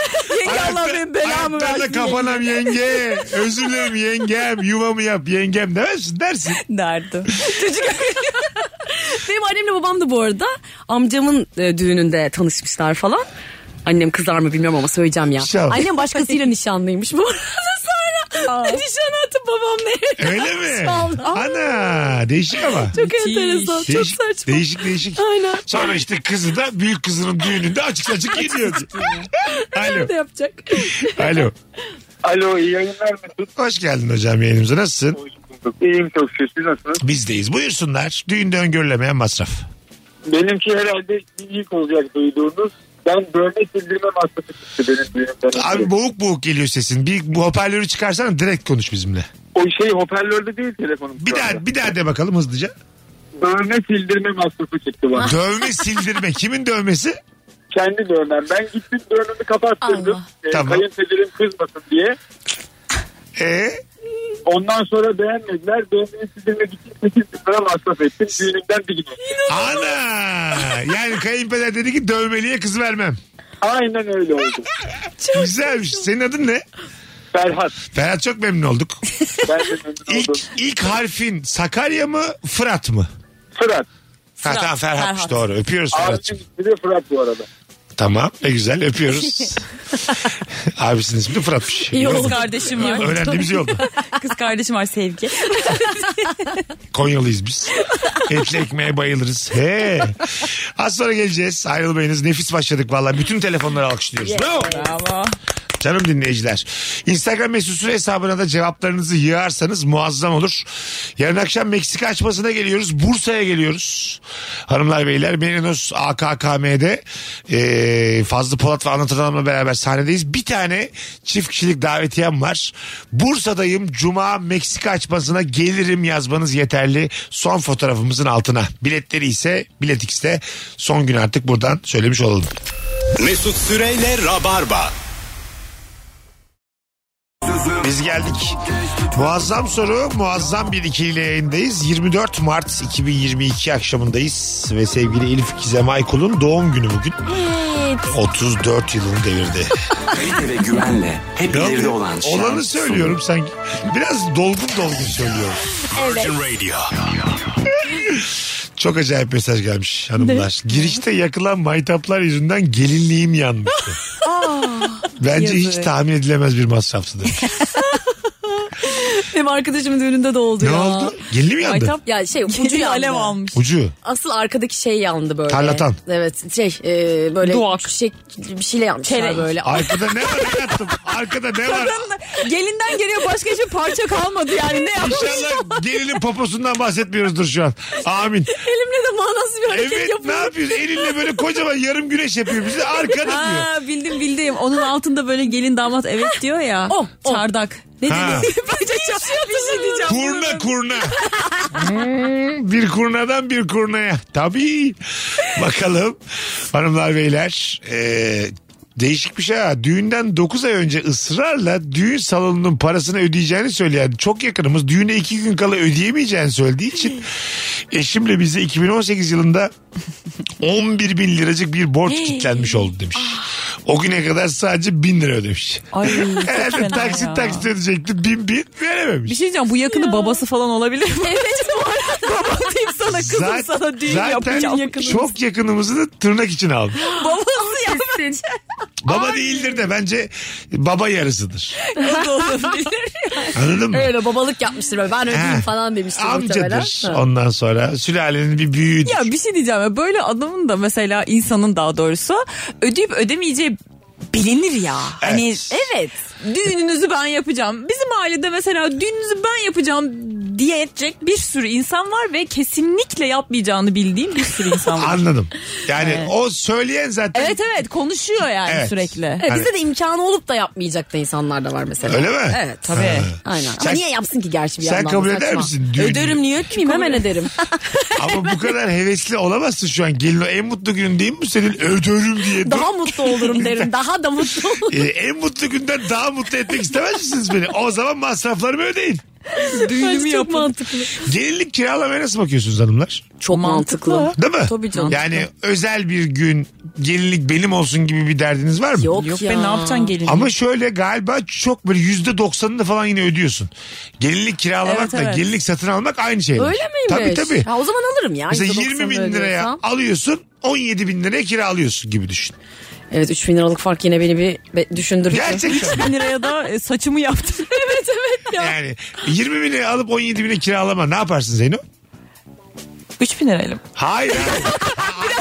Ayakta- Allah benim belamı ayaklarla versin kapanam yenge. Özür dilerim yengem. Yuvamı yap yengem demezsin dersin. Derdi. Benim annemle babam da bu arada amcamın e, düğününde tanışmışlar falan. Annem kızar mı bilmiyorum ama söyleyeceğim ya. İnşallah. Annem başkasıyla nişanlıymış bu arada sonra. Nişan atıp babam ne? Öyle mi? Vallahi. Ana değişik ama. Çok enteresan. Çok değişik, saçma. Değişik değişik. Aynen. Sonra işte kızı da büyük kızının düğününde açık açık gidiyor. Alo. Ne yapacak? Alo. Alo iyi yayınlar Mesut. Hoş geldin hocam yayınımıza. Nasılsın? İyiyim çok şükür. Siz nasılsınız? Bizdeyiz. Buyursunlar. Düğünde öngörülemeyen masraf. Benimki herhalde ilk olacak duyduğunuz Ben börnek bildirme masrafı çıktı benim düğünümden. Abi boğuk boğuk geliyor sesin. Bir bu hoparlörü çıkarsana direkt konuş bizimle. O şey hoparlörde değil telefonum. Bir daha bir daha de bakalım hızlıca. Dövme sildirme masrafı çıktı bana. Dövme sildirme. Kimin dövmesi? Kendi dövmem. Ben gittim dövmemi kapattırdım. Allah. E, Tamam. Kayınpederim kızmasın diye. Ee, Ondan sonra beğenmediler. Dövmeyi sildirmek için 8 bin lira masraf ettim. Düğünümden bir gün. ana. Yani kayınpeder dedi ki dövmeliye kız vermem. Aynen öyle oldu. Güzelmiş. Senin adın ne? Ferhat. Ferhat çok memnun olduk. Ben de memnun İlk, oldum. ilk harfin Sakarya mı Fırat mı? Fırat. Ha, tamam Ferhat'mış Ferhat. doğru. Öpüyoruz Ferhat'cığım. Abicim ismi de Fırat bu arada. Tamam ne güzel öpüyoruz. Abisinin ismi de Fırat'mış. İyi Kız oldu. kardeşim var. Öğrendiğimiz iyi oldu. Kız kardeşim var sevgi. Konyalıyız biz. Etli ekmeğe bayılırız. He. Az sonra geleceğiz. Ayrılmayınız. Nefis başladık valla. Bütün telefonları alkışlıyoruz. Bravo. Bravo. Canım dinleyiciler. Instagram mesut Süre hesabına da cevaplarınızı yığarsanız muazzam olur. Yarın akşam Meksika açmasına geliyoruz. Bursa'ya geliyoruz. Hanımlar beyler Merinos AKKM'de e, Fazlı Polat ve Anlatan Adam'la beraber sahnedeyiz. Bir tane çift kişilik davetiyem var. Bursa'dayım. Cuma Meksika açmasına gelirim yazmanız yeterli. Son fotoğrafımızın altına. Biletleri ise Bilet X'te. Son gün artık buradan söylemiş olalım. Mesut Süreyle Rabarba. Biz geldik. Muazzam soru muazzam bir ikiliyle yayındayız. 24 Mart 2022 akşamındayız ve sevgili Elif Gizem Aykul'un doğum günü bugün. 34 yılını devirdi. Kalite ve güvenle hep Ne ileride oluyor? olan Olanı şans söylüyorum sanki. Biraz dolgun dolgun söylüyorum. Virgin Radio. Çok acayip mesaj gelmiş hanımlar. Girişte yakılan maytaplar yüzünden gelinliğim yanmıştı. Bence hiç Yazık. tahmin edilemez bir masraftı demiş. Benim arkadaşımın düğününde de oldu ne ya. oldu? Gelini mi yandı? Maytap Ya şey ucu Ucu yandı. alev almış. Ucu. Asıl arkadaki şey yandı böyle. Tarlatan. Evet şey e, böyle Duak. Şey, bir şeyle yanmışlar Çelenk. böyle. Arkada ne var hayatım? Arkada ne var? Gelinden geliyor başka hiçbir parça kalmadı yani ne yapmış? İnşallah gelinin poposundan bahsetmiyoruzdur şu an. Amin. Elimle de manasız bir hareket Evet ne yapıyor. yapıyorsun? Elinle böyle kocaman yarım güneş yapıyor bizi. Arkada diyor. Ha bildim bildim. Onun altında böyle gelin damat evet diyor ya. Oh, oh. Çardak. Ne Ha. dedi? Bence çok bir şey diyeceğim. Kurna kurna. Hmm, bir kurnadan bir kurnaya. Tabii. Bakalım hanımlar beyler. Ee, değişik bir şey ha. Düğünden 9 ay önce ısrarla düğün salonunun parasını ödeyeceğini söyleyen çok yakınımız düğüne 2 gün kala ödeyemeyeceğini söylediği için eşimle bize 2018 yılında 11 bin liracık bir borç kitlenmiş oldu demiş. Ah. O güne kadar sadece 1000 lira ödemiş. Ay çok Herhalde fena taksit ya. taksit ödeyecekti. Bin bin verememiş. Bir şey diyeceğim bu yakını babası falan olabilir mi? Evet bu arada. Babam diyeyim sana kızım Zaten- sana düğün zaten yapacağım. Yakınımız. çok yakınımızı da tırnak için aldı. babası yapacak. baba değildir de bence baba yarısıdır. O da olabilir. Anladın mı? Öyle babalık yapmıştır böyle. Ben Ha. ödeyeyim Hani falan demiştir muhtemelen. Amcadır Ha. ondan sonra. Sülalenin bir büyüğüdür. Ya bir şey diyeceğim ya böyle adamın da mesela insanın daha doğrusu ödeyip ödemeyeceği bilinir ya. Hani Evet. evet düğününüzü ben yapacağım. Bizim ailede mesela düğününüzü ben yapacağım diyecek bir sürü insan var ve kesinlikle yapmayacağını bildiğim bir sürü insan var. Anladım. Yani o söyleyen zaten evet evet konuşuyor yani Evet. sürekli. Evet, Hani- bizde de imkanı olup da yapmayacak da insanlar da var mesela. Öyle mi? Evet. Tabii. Aynen. Ama Sen- niye yapsın ki gerçi bir sen yandan da kabul eder saçma. misin düğünü? Öderim niye etmeyeyim hemen ederim. Ama bu kadar hevesli olamazsın şu an. Gelin o en mutlu günün değil mi senin? Ödürüm diye. Daha mutlu olurum derim. Daha da mutlu olurum. Ee, en mutlu günden daha mutlu etmek istemez misiniz beni? O zaman masraflarımı ödeyin. Düğünümü çok yapın. mantıklı. Gelinlik kiralamaya nasıl bakıyorsunuz hanımlar? Çok mantıklı. Değil mi? Tabii canım. Yani özel bir gün gelinlik benim olsun gibi bir derdiniz var mı? Yok, Yok ya. be ne yapacaksın gelin? Ama şöyle galiba çok böyle yüzde doksanını falan yine ödüyorsun. Gelinlik kiralamak Evet, da evet. gelinlik satın almak aynı şey. Öyle miymiş? Tabii tabii. Ha, o zaman alırım ya. Mesela %90 20 bin öyle liraya diyorsam. alıyorsun 17 bin liraya kiralıyorsun gibi düşün. Evet 3 bin liralık fark yine beni bir be- düşündürdü. Gerçekten. 1000 liraya da e, saçımı yaptım. evet evet ya. yani 20 bin liraya alıp 17 bine kiralama ne yaparsın Zeyno? 3000 lirayla mı? Hayır.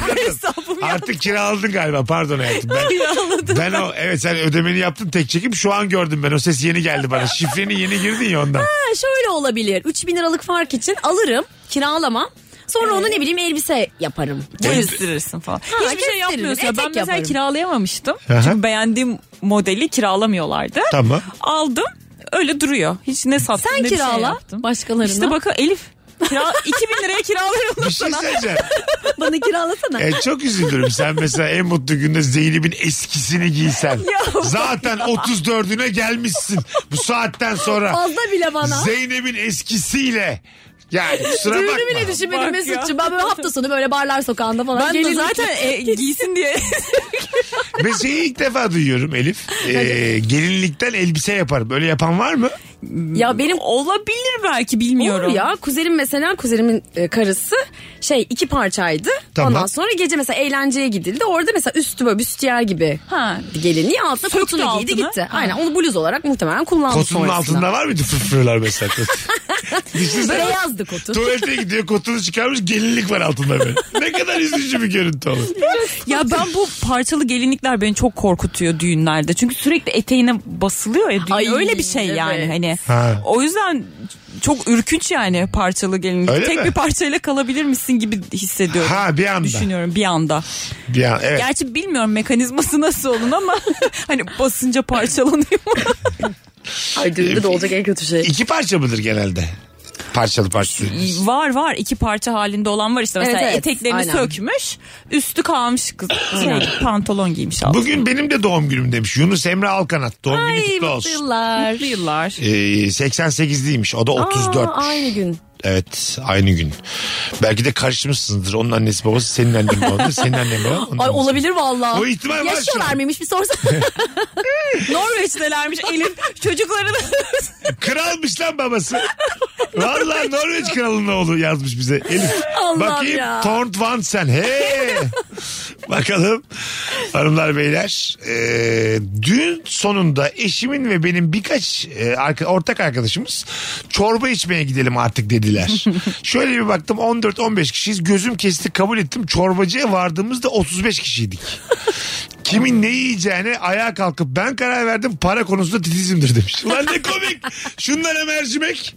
Anladım. Hesabım ya. Artık kiraladın galiba pardon hayatım. Ben, ben o evet sen ödemeni yaptın tek çekim şu an gördüm ben o ses yeni geldi bana. Şifreni yeni girdin ya ondan. Ha, şöyle olabilir. 3 bin liralık fark için alırım, kiralamam. Ee? Sonra onu ne bileyim elbise yaparım. Gösterirsin falan. Hiçbir şey gösteririm, yapmıyorsun. Ya. Ben etek mesela yaparım. kiralayamamıştım. Aha. Çünkü beğendiğim modeli kiralamıyorlardı. Tamam. Aldım. Öyle duruyor. Hiç ne sattım Sen ne bir şey kirala yaptım. başkalarına. İşte bakın Elif. Kira, 2000 liraya kiralıyorum. Bir şey söyleyeceğim. bana kiralasana. E, çok üzülürüm. Sen mesela en mutlu günde Zeynep'in eskisini giysen. zaten 34'üne gelmişsin. Bu saatten sonra Fazla bile bana. Zeynep'in eskisiyle. Yani kusura bakma. Düğünü bile düşünmedim Bak Mesut'cum. ya. Ben böyle hafta sonu böyle barlar sokağında falan. Ben de gelinlikle- zaten e, giysin diye. Mesela ilk defa duyuyorum Elif. Ee, gelinlikten elbise yapar. Böyle yapan var mı? Ya benim Olabilir belki bilmiyorum. Olur ya kuzenim mesela kuzenimin e, karısı şey iki parçaydı. Tamam. Ondan sonra gece mesela eğlenceye gidildi. Orada mesela üstü böyle büstiyer gibi Ha. bir gelinliği altına Söktü kotunu giydi altını. gitti. Ha. Aynen onu bluz olarak muhtemelen kullandı Kotunun sonrasında. altında var mıydı fırfırlar mesela? Düşünsene. Beyazdı kotu. Tuvalete gidiyor kotunu çıkarmış gelinlik var altında böyle. Ne kadar üzücü bir görüntü olur. Ya ben bu parçalı gelinlikler beni çok korkutuyor düğünlerde. Çünkü sürekli eteğine basılıyor ya düğün. Ay, öyle bir şey yani evet. hani. Ha. O yüzden çok ürkünç yani parçalı gelinlik. Öyle Tek mi? bir parçayla kalabilir misin gibi hissediyorum. Ha bir anda. Düşünüyorum bir anda. Bir an, evet. Gerçi bilmiyorum mekanizması nasıl onun ama hani basınca parçalanıyor mu? Ay düğünde de olacak en kötü şey. İki parça mıdır genelde? Parçalı parçalı. var var iki parça halinde olan var işte mesela Evet, evet. eteklerini Aynen. sökmüş üstü kalmış kız şey, pantolon giymiş altına. Bugün benim de doğum günüm demiş. Yunus Emre Alkanat. Doğum günü Ay kutlu mutlu olsun. yıllar. Mutlu yıllar. Ee, 88'liymiş. O da 34. Aa, aynı gün. Evet aynı gün. Belki de karışmışsınızdır. Onun annesi babası senin annen babandır. Senin annen baban. onun Ay annesi. olabilir valla. O ihtimal var şu Yaşıyorlar an. mıymış bir sorsana. Norveç'telermiş Elif çocuklarını Kralmış lan babası. Vallahi Norveç kralının oğlu yazmış bize. Elif. Allah'ım Bakayım ya. Tort Van Sen. Hey. Bakalım hanımlar beyler. Ee, dün sonunda eşimin ve benim birkaç e, arka- ortak arkadaşımız çorba içmeye gidelim artık dediler. Şöyle bir baktım 14-15 kişiyiz. Gözüm kesti kabul ettim. Çorbacıya vardığımızda 35 kişiydik. Kimin ne yiyeceğine ayağa kalkıp ben karar verdim para konusunda titizimdir demiş. Ulan ne komik. Şunlara mercimek.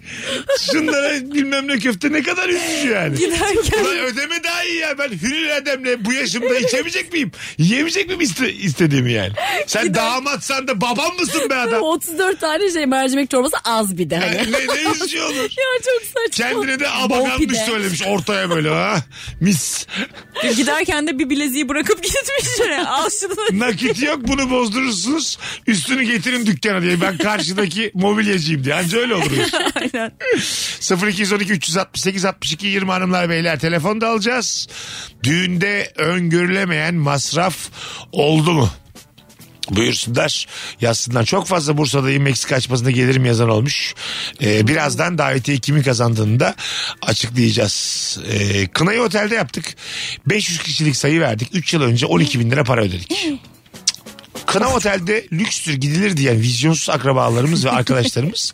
Şunlara bilmem ne köfte ne kadar üzücü yani. giderken Ulan ödeme daha iyi ya. Ben hürür edemle bu yaşımda içemeyecek miyim? Yiyemeyecek miyim iste- istediğimi yani? Sen damatsan da babam mısın be adam? 34 tane şey mercimek çorbası az bir de hani. Yani ne, ne üzücü olur. ya çok saçma. Kendine de Bol abakanmış pide. söylemiş ortaya böyle ha. Mis. giderken de bir bileziği bırakıp gitmiş şuraya. Al şunu. Nakit yok bunu bozdurursunuz. Üstünü getirin dükkana diye. Ben karşıdaki mobilyacıyım diye. Anca öyle olur. o iş. Aynen. 0212 368 62 20 hanımlar beyler telefon da alacağız. Düğünde öngörülemeyen masraf oldu mu? Buyursunlar yazsınlar. Çok fazla Bursa'dayım Meksika açmasında gelirim yazan olmuş. Ee, birazdan davetiye kimin kazandığını da açıklayacağız. Ee, Kınayı otelde yaptık. 500 kişilik sayı verdik. 3 yıl önce 12 bin lira para ödedik. Kına otelde lükstür gidilir diyen vizyonsuz akrabalarımız ve arkadaşlarımız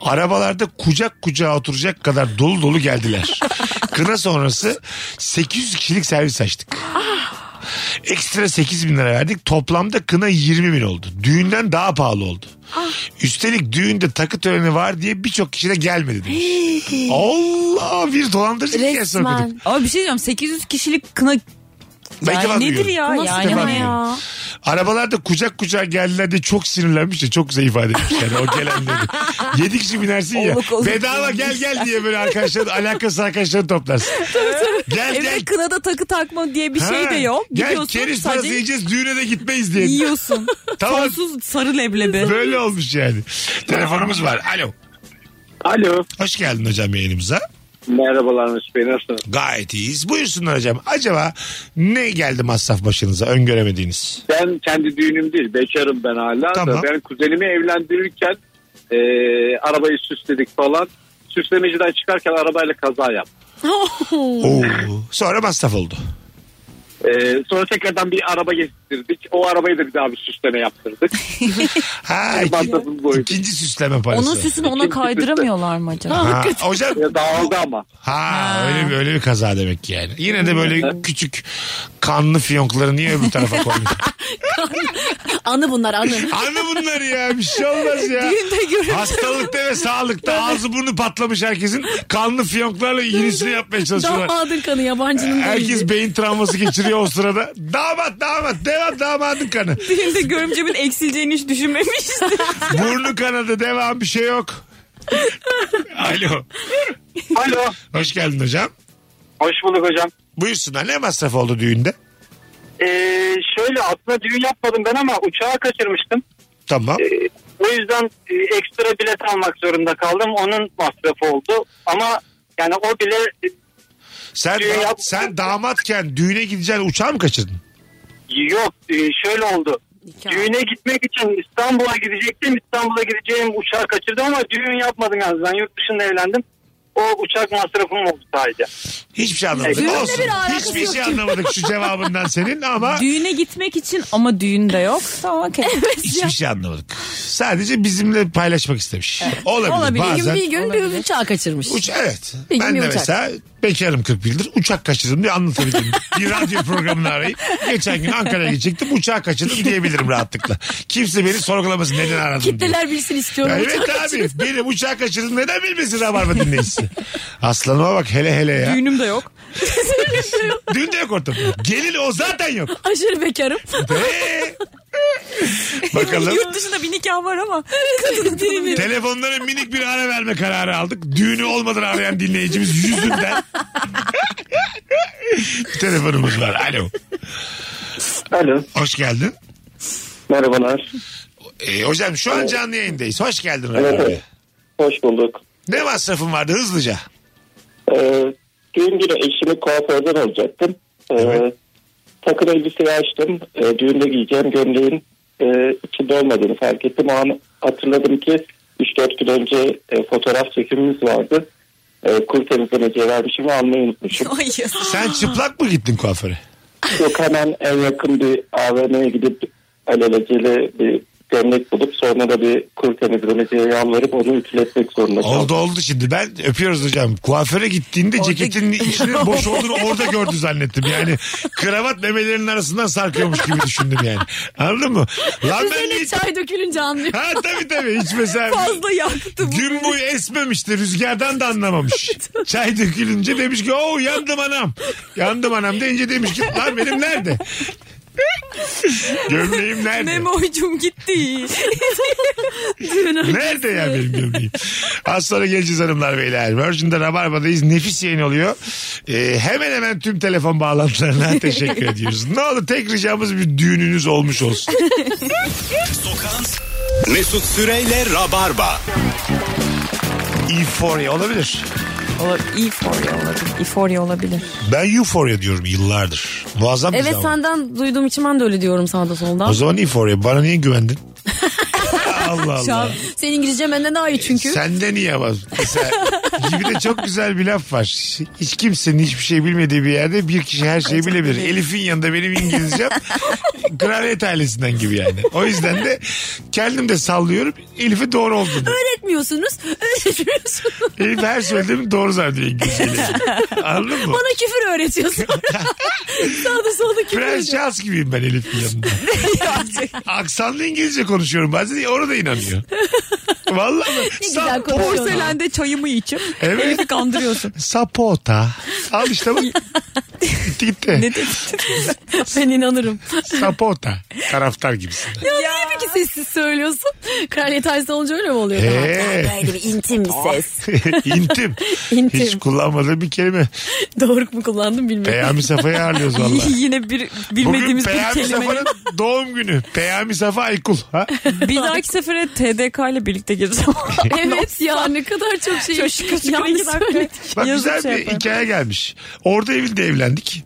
arabalarda kucak kucağa oturacak kadar dolu dolu geldiler. Kına sonrası 800 kişilik servis açtık. Ekstra 8 bin lira verdik. Toplamda kına 20 bin oldu. Düğünden daha pahalı oldu. Üstelik düğünde takı töreni var diye birçok kişi de gelmedi demiş. Allah bir dolandırıcı hikayesi okuduk. Resmen. Ama bir şey diyeceğim 800 kişilik kına Ben ilk defa yani nedir duyuyorum. ya? Nasıl Yani defa hani- duyuyorum? Arabalarda kucak kucağa geldiler de çok sinirlenmiş de çok güzel ifade etmiş yani o gelenleri. Yedi kişi binersin ya. Oluk oluk bedava gel gel diye böyle arkadaşlar alakası arkadaşları toplarsın. Gel gel. Evde kınada takı takma diye bir şey Ha, de yok. Gel Gidiyorsun keriz parası sadece yiyeceğiz düğüne de gitmeyiz diye. yiyorsun. Tamam. Sonsuz sarı leblebi. Böyle olmuş yani. Telefonumuz var. Alo. Alo. Hoş geldin hocam yayınımıza. Merhabalar Mesut Bey nasılsınız? Gayet iyiyiz. Buyursunlar hocam. Acaba ne geldi masraf başınıza öngöremediğiniz? Ben kendi düğünüm değil bekarım ben hala. Tamam. Da ben kuzenimi evlendirirken e, arabayı süsledik falan. Süslemeciden çıkarken arabayla kaza yaptım. Oo. Sonra masraf oldu. E, sonra tekrardan bir araba ge- ettirdik. O arabayı da bir daha bir süsleme yaptırdık. Ha, iki- Masrafımız oydu. ikinci süsleme parası. Onun süsünü ona İkinci kaydıramıyorlar mı acaba? Ha, hocam Ya dağıldı ama. ha, öyle bir öyle bir kaza demek ki yani. Yine de böyle küçük kanlı fiyonkları niye öbür tarafa koymuş? Anı bunlar anı. Anne bunlar ya bir şey olmaz ya. Hastalıkta ve sağlıkta ağzı burnu patlamış herkesin kanlı fiyonklarla yenisini yapmaya çalışıyorlar. Damadın kanı yabancının değil. Herkes beyin travması geçiriyor o sırada. Damat damat devam damadın kanı. Düğünde görümcemin eksileceğini hiç düşünmemişti. Burnu kanadı devam bir şey yok. Alo. Alo. Hoş geldin hocam. Hoş bulduk hocam. Buyursunlar ne masraf oldu düğünde? Ee, şöyle aslında düğün yapmadım ben ama uçağı kaçırmıştım. Tamam. Ee, o yüzden e, ekstra bilet almak zorunda kaldım. Onun masrafı oldu. Ama yani o bile e, Sen düğün da- yap- sen damatken düğüne gideceğin uçağı mı kaçırdın? yok e, şöyle oldu. Nikah. Düğüne gitmek için İstanbul'a gidecektim. İstanbul'a gideceğim uçağı kaçırdım ama düğün yapmadım yani. Ben yurt dışında evlendim. O uçak masrafım oldu sadece. Hiçbir şey anlamadık. Düğünle Olsun. bir alakası Hiçbir yok şey anlamadık şu cevabından senin ama Düğüne gitmek için ama düğünde yok. Tamam okey. hiçbir şey anlamadık. Sadece bizimle paylaşmak istemiş. Olabilir, Olabilir. Bir gün bazen. bir gün bir uçağı kaçırmış. Uç, evet. Bir gün ben de bir uçak. mesela bekarım 40 yıldır uçak kaçırdım diye anlatabilirim. bir radyo programını arayıp geçen gün Ankara'ya gidecektim uçağı kaçırdım diyebilirim rahatlıkla. Kimse beni sorgulamasın neden aradım diye. Kitleler bilsin istiyorum. Evet uçağı abi benim uçağı kaçırdım neden bilmesin Rabarba dinleyicisi. Aslanıma bak hele hele ya. Düğünüm de yok. Dün de yok ortamda. Gelin o zaten yok. Aşırı bekarım. Ee? Bakalım. Yurt dışında bir nikah var ama. Telefonlara minik bir ara verme kararı aldık. Düğünü olmadan arayan dinleyicimiz yüzünden. Bir telefonumuz var. Alo. Alo. Hoş geldin. Merhabalar. Ee, hocam şu an canlı yayındayız. Hoş geldin. Evet, Rabarba. evet. Hoş bulduk. Ne masrafın vardı hızlıca? Ee, düğün günü eşimi kuaförden alacaktım. Ee, Evet. Takım elbiseyi açtım. Ee, düğünde giyeceğim gömleğin e, içinde olmadığını fark ettim. O an hatırladım ki 3-4 gün önce e, fotoğraf çekimimiz vardı. E, kul temizlemeciye vermişim ve almayı unutmuşum. Ay yazık. Sen çıplak mı gittin kuaföre? Yok hemen en yakın bir AVM'ye gidip alelacele bir gömlek bulup sonra da bir kul temizlemeciye yalvarıp onu ütületmek zorunda kaldım. Oldu oldu şimdi. Ben öpüyoruz hocam. Kuaföre gittiğinde ceketin içinin boş olduğunu orada gördü zannettim. Yani kravat memelerinin arasından sarkıyormuş gibi düşündüm yani. Anladın mı? Lan ben Üzerine niye... çay dökülünce anlıyor. Ha tabii tabii. Hiç mesela... Fazla yaktı bu. Gün boyu esmemişti rüzgardan da anlamamış. Çay dökülünce demiş ki o yandım anam. Yandım anam deyince demiş ki lan benim nerede? gömleğim nerede? Memo'cum gitti. Nerede ya benim gömleğim? Az sonra geleceğiz hanımlar beyler. Virgin'de Rabarba'dayız. Nefis yayın oluyor. Ee, hemen hemen tüm telefon bağlantılarına teşekkür ediyoruz. Ne olur tek ricamız bir düğününüz olmuş olsun. Sokağın Mesut Süreyle Rabarba. Euphoria olabilir. Euphoria olabilir. Euphoria olabilir. Ben Euphoria diyorum yıllardır. Muazzam bir Evet zaman. senden duyduğum için ben de öyle diyorum sağda O soldan. zaman Euphoria. Bana niye güvendin? Allah Şu Allah. an senin İngilizcen benden daha iyi çünkü. Senden iyi ama mesela gibi de çok güzel bir laf var. Hiç kimsenin hiçbir şey bilmediği bir yerde bir kişi her şeyi bilebilir. Elif'in yanında benim İngilizcem kraliyet ailesinden gibi yani. O yüzden de kendim de sallıyorum. Elif'e doğru olduğunu. Öğretmiyorsunuz. Öğretmiyorsunuz. Elif her söylediğimi doğru zannediyor İngilizceyle. Anladın mı? Bana küfür öğretiyorsun. sağda solda küfür Prens öğretiyorsun. Charles gibiyim ben Elif'in yanında. Aksanlı İngilizce konuşuyorum bazen. Ona da inanıyor. Vallahi ne güzel konuşuyorsun. Porselende çayımı içip Evet. Elif'i kandırıyorsun. Sapota. Al işte bak. gitti gitti. Ne dedi? Ben inanırım. Sapota. Taraftar gibisin. Ya, niye peki sessiz söylüyorsun? Kraliyet ailesi olunca öyle mi oluyor? Ee, Böyle bir intim bir ses. intim. İntim. Hiç kullanmadığım bir kelime. Doğruk mu kullandım bilmiyorum. Peyami Safa'yı ağırlıyoruz valla. Yine bir Bugün bilmediğimiz bir Peyami kelime. Safa'nın doğum günü. Peyami Safa Aykul. Ha? Bir dahaki sefere TDK ile birlikte gireceğim. evet ya ne kadar çok şey. Çok şıkır şıkır Yanlış iki dakika. söyledim. Bak Yazık güzel şey bir yaparım. hikaye gelmiş. Orada evinde evlendik.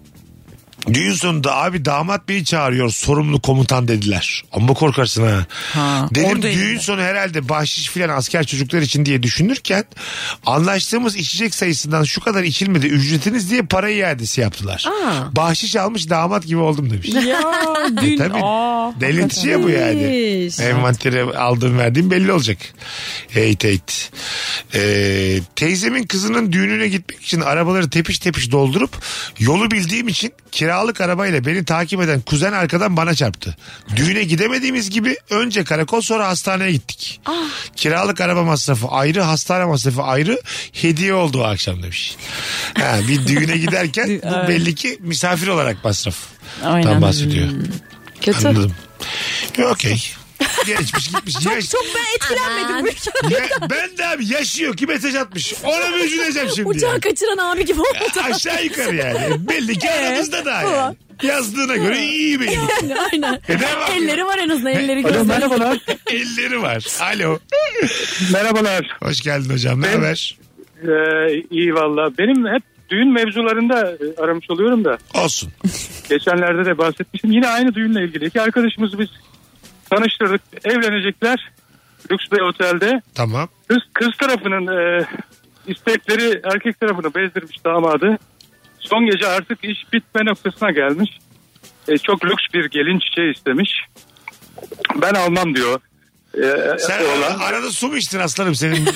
Düğün sonunda abi damat beyi çağırıyor sorumlu komutan dediler. Amma korkarsın ha. Ha, Dedim orada düğün elinde. sonu herhalde bahşiş filan asker çocuklar için diye düşünürken anlaştığımız içecek sayısından şu kadar içilmedi ücretiniz diye para iadesi yaptılar. Aa. Bahşiş almış damat gibi oldum demiş. Ya E dün. tabii. Aa, Delirtici ya bu yani. İyiymiş. Envantere aldığım verdiğim belli olacak. E, Heyt heyt. Ee, teyzemin kızının düğününe gitmek için arabaları tepiş tepiş doldurup yolu bildiğim için kiralık arabayla beni takip eden kuzen arkadan bana çarptı. Düğüne gidemediğimiz gibi önce karakol sonra hastaneye gittik. Kiralık araba masrafı ayrı hastane masrafı ayrı hediye oldu o akşam demiş. Ha, bir düğüne giderken bu belli ki misafir olarak masraf. Aynen. Tam bahsediyor. Kötü. Anladım. Ya, Okey. Geçmiş gitmiş. Yaş- Çok ben etkilenmedim. bir kere. Ya- ben de abi yaşıyor ki mesaj atmış. Ona mı üzüleceğim şimdi? Uçağı yani? kaçıran abi gibi Ee, oldu. Aşağı yukarı yani. Belli ki aramızda da yani. Yazdığına göre iyi bir Aynen. E, ne var? elleri var en azından elleri göz. merhabalar. Elleri var. Alo. merhabalar. Hoş geldin hocam. Ne Ben- haber? Ee, iyi valla. Benim hep düğün mevzularında e, aramış oluyorum da. Olsun. Geçenlerde de bahsetmiştim. Yine aynı düğünle ilgili. İki arkadaşımızı biz tanıştırdık. Evlenecekler. Lüks bir otelde. Tamam. Kız, kız tarafının e, istekleri erkek tarafını bezdirmiş damadı. Son gece artık iş bitme noktasına gelmiş. E, çok lüks bir gelin çiçeği istemiş. Ben almam diyor. E, Sen oğlan. arada su mu içtin aslanım senin?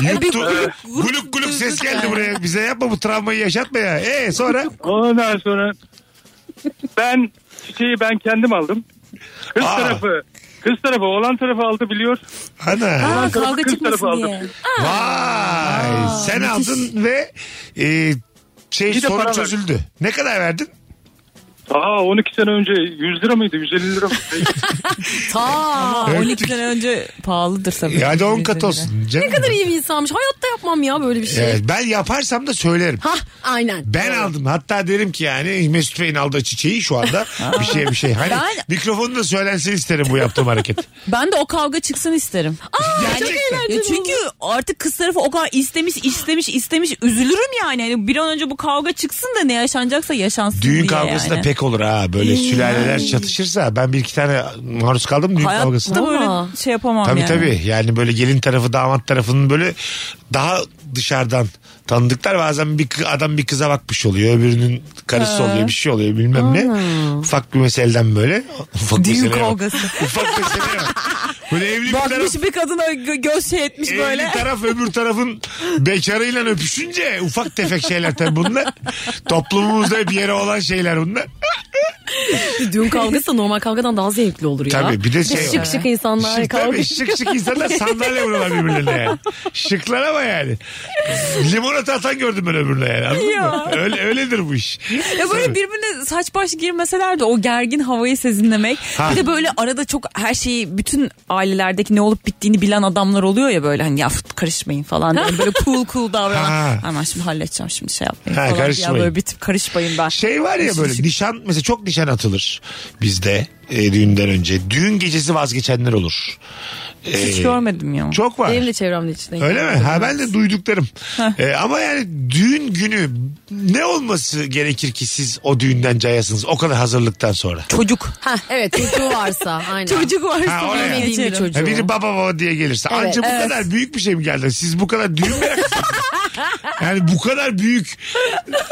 Yuttu. Guluk guluk ses geldi buraya. Bize yapma bu travmayı yaşatma ya. E sonra? Ondan sonra ben çiçeği ben kendim aldım. Kız Aa. tarafı kız tarafı oğlan tarafı aldı biliyor. Ana. Aa, kavga Kız çıkmasın tarafı diye. Vay. Sen aldın ve e, şey Bir de para sorun verdim. çözüldü. Ne kadar verdin? Aa 12 sene önce 100 lira mıydı 150 lira mıydı? Ta Evet. 12 sene önce pahalıdır tabii. E hadi 10 kat olsun. Canım. Ne kadar iyi bir insanmış. Hayatta yapmam ya böyle bir şey. Evet, ben yaparsam da söylerim. Hah aynen. Ben aldım. Hatta derim ki yani Mesut Bey'in aldığı çiçeği şu anda bir şey bir şey. Hani Ben- mikrofonu da söylensin isterim bu yaptığım hareket. Ben de o kavga çıksın isterim. Gerçekten. Ya çünkü artık kız tarafı o kadar istemiş istemiş istemiş üzülürüm yani. Hani bir an önce bu kavga çıksın da ne yaşanacaksa yaşansın Düğün diye kavgası yani. da pek olur ha. Böyle sülaleler çatışırsa ben bir iki tane maruz kaldım düğün Hayatta kavgasına. böyle Valla. şey yapamam Tabii yani. tabii. Yani böyle gelin tarafı damat tarafının böyle daha dışarıdan tanıdıklar bazen bir kı- adam bir kıza bakmış oluyor. Öbürünün karısı oluyor bir şey oluyor bilmem ne. Ufak bir meseleden böyle. Ufak Düğün meseleye bak. kavgası. Ufak meseleye bak. Böyle evli bir taraf. Bakmış bir kadın ö- göz şey etmiş Evli böyle. taraf öbür tarafın bekarıyla öpüşünce ufak tefek şeyler tabii bunlar. Toplumumuzda hep yere olan şeyler bunlar. Düğün kavgası da normal kavgadan daha zevkli olur ya. Tabii, bir de şey var. Şık şık insanlar Şık, kavga. tabii şık şık insanlar sandalye vuruyorlar birbirlerine yani. Şıklar ama yani. Limonata atan gördüm ben öbürüne yani. Anladın mı? Ya. Öyle, öyledir bu iş. Ya böyle Tabii. birbirine saç baş girmeseler de o gergin havayı sezinlemek. Ha. Bir de böyle arada çok her şeyi bütün ailelerdeki ne olup bittiğini bilen adamlar oluyor ya böyle hani ya fıt, karışmayın falan diye. Böyle cool cool Ha. davranan. Aman şimdi halledeceğim şimdi şey yapmayın Ha, falan. karışmayın. Ya böyle bitip karışmayın ben. Şey var ya Karışın böyle şimdi. nişan mesela çok nişan atılır bizde e, düğünden önce. Düğün gecesi vazgeçenler olur. Hiç E, görmedim ya. Çok var. Benim de çevremde içinde. Öyle mi? Ha ben de duyduklarım. Ee, ama yani düğün günü ne olması gerekir ki siz o düğünden cayasınız o kadar hazırlıktan sonra? Çocuk. Ha, evet çocuğu varsa aynen. Çocuk varsa Ha, oraya. ben Bilmediğim bir geçerim. çocuğu. Ha, biri baba baba diye gelirse. Evet. Anca bu Evet. kadar büyük bir şey mi geldi? Siz bu kadar düğün mü yapıyorsunuz? Yani bu kadar büyük.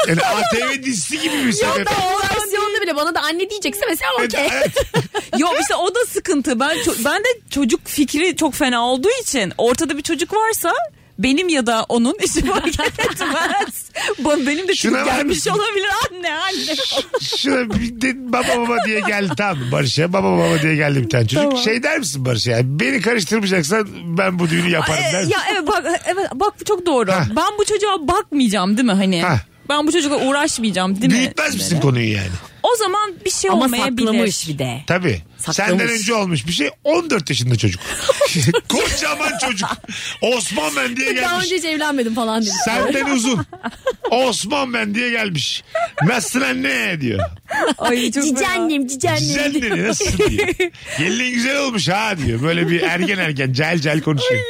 Yani ATV dizisi gibi bir sebep. O versiyonda bile bana da anne diyecekse E, mesela okey. Evet. Yok işte o da sıkıntı. Ben ço- ben de çocuk fikri çok fena olduğu için ortada bir çocuk varsa benim ya da onun işi fark etmez. Ba- Benim de Şuna çocuk var gelmiş mısın? olabilir anne anne. Şuna bir de baba baba diye geldi tamam Barış'a baba baba diye geldi bir tane çocuk. Tamam. Şey der misin Barış'a? Yani beni karıştırmayacaksan ben bu düğünü yaparım E, der misin? ya evet bak evet bak bu çok doğru. Ha. Ben bu çocuğa bakmayacağım değil mi hani? Ha. Ben bu çocukla uğraşmayacağım değil mi? Büyütmez misin konuyu yani? O zaman bir şey Ama olmayabilir. saklamış bir de. Tabii. Saklamış. Senden önce olmuş bir şey 14 yaşında çocuk. Kocaman çocuk. Osman ben diye Daha gelmiş. önce hiç evlenmedim falan demiş. Senden uzun. Osman ben diye gelmiş. Nasılsın anne diyor. Ay çok cici fena. annem, cici annem. Güzel nasıl diye. Gelin güzel olmuş ha diyor. Böyle bir ergen ergen cel cel konuşuyor.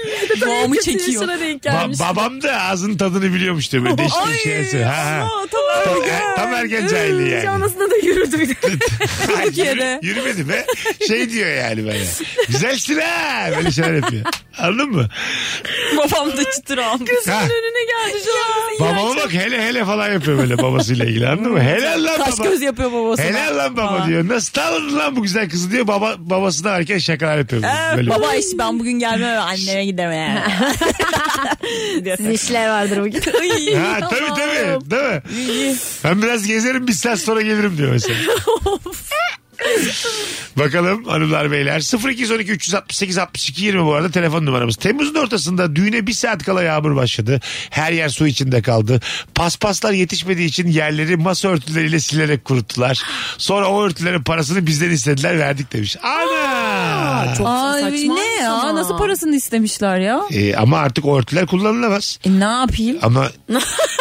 Boğamı Kötü çekiyor. yaşına Ba- denk gelmiş. babam da ağzının tadını biliyormuş diyor. Böyle deşik şey Ay, deşik yesi. Ha, ha. Aa, Tamam. Tam, e, tam ergen cahili Cici yani. anasına da yürüdü bir de. Ay, durduk yere. yürümedi be. Şey diyor yani böyle. Güzelsin ha. Böyle şeyler yapıyor. Anladın mı? Babam da çıtır almış. Ha, önüne geldi şu an. babama bak hele hele falan yapıyor böyle babasıyla ilgili anladın mı? Helal lan Kaş baba. göz yapıyor babasına. Helal lan baba Falan. diyor. Nasıl tanıdın lan bu güzel kızı diyor. Baba, babasına erken şakalar yapıyor. Ee, Böyle baba iş ben bugün gelmem anneme giderim. Sizin işler vardır bugün. Ha tabii tabii değil mi? Ben biraz gezerim bir saat sonra gelirim diyor mesela. Bakalım hanımlar beyler 0212 368 62 20 bu arada telefon numaramız. Temmuz'un ortasında düğüne bir saat kala yağmur başladı. Her yer su içinde kaldı. Paspaslar yetişmediği için yerleri masa örtüleriyle silerek kuruttular. Sonra o örtülerin parasını bizden istediler verdik demiş. Ana! Ay saçma şey. ne ya sana. nasıl parasını istemişler ya? Ee, ama artık o örtüler kullanılamaz. E, ne yapayım? Ama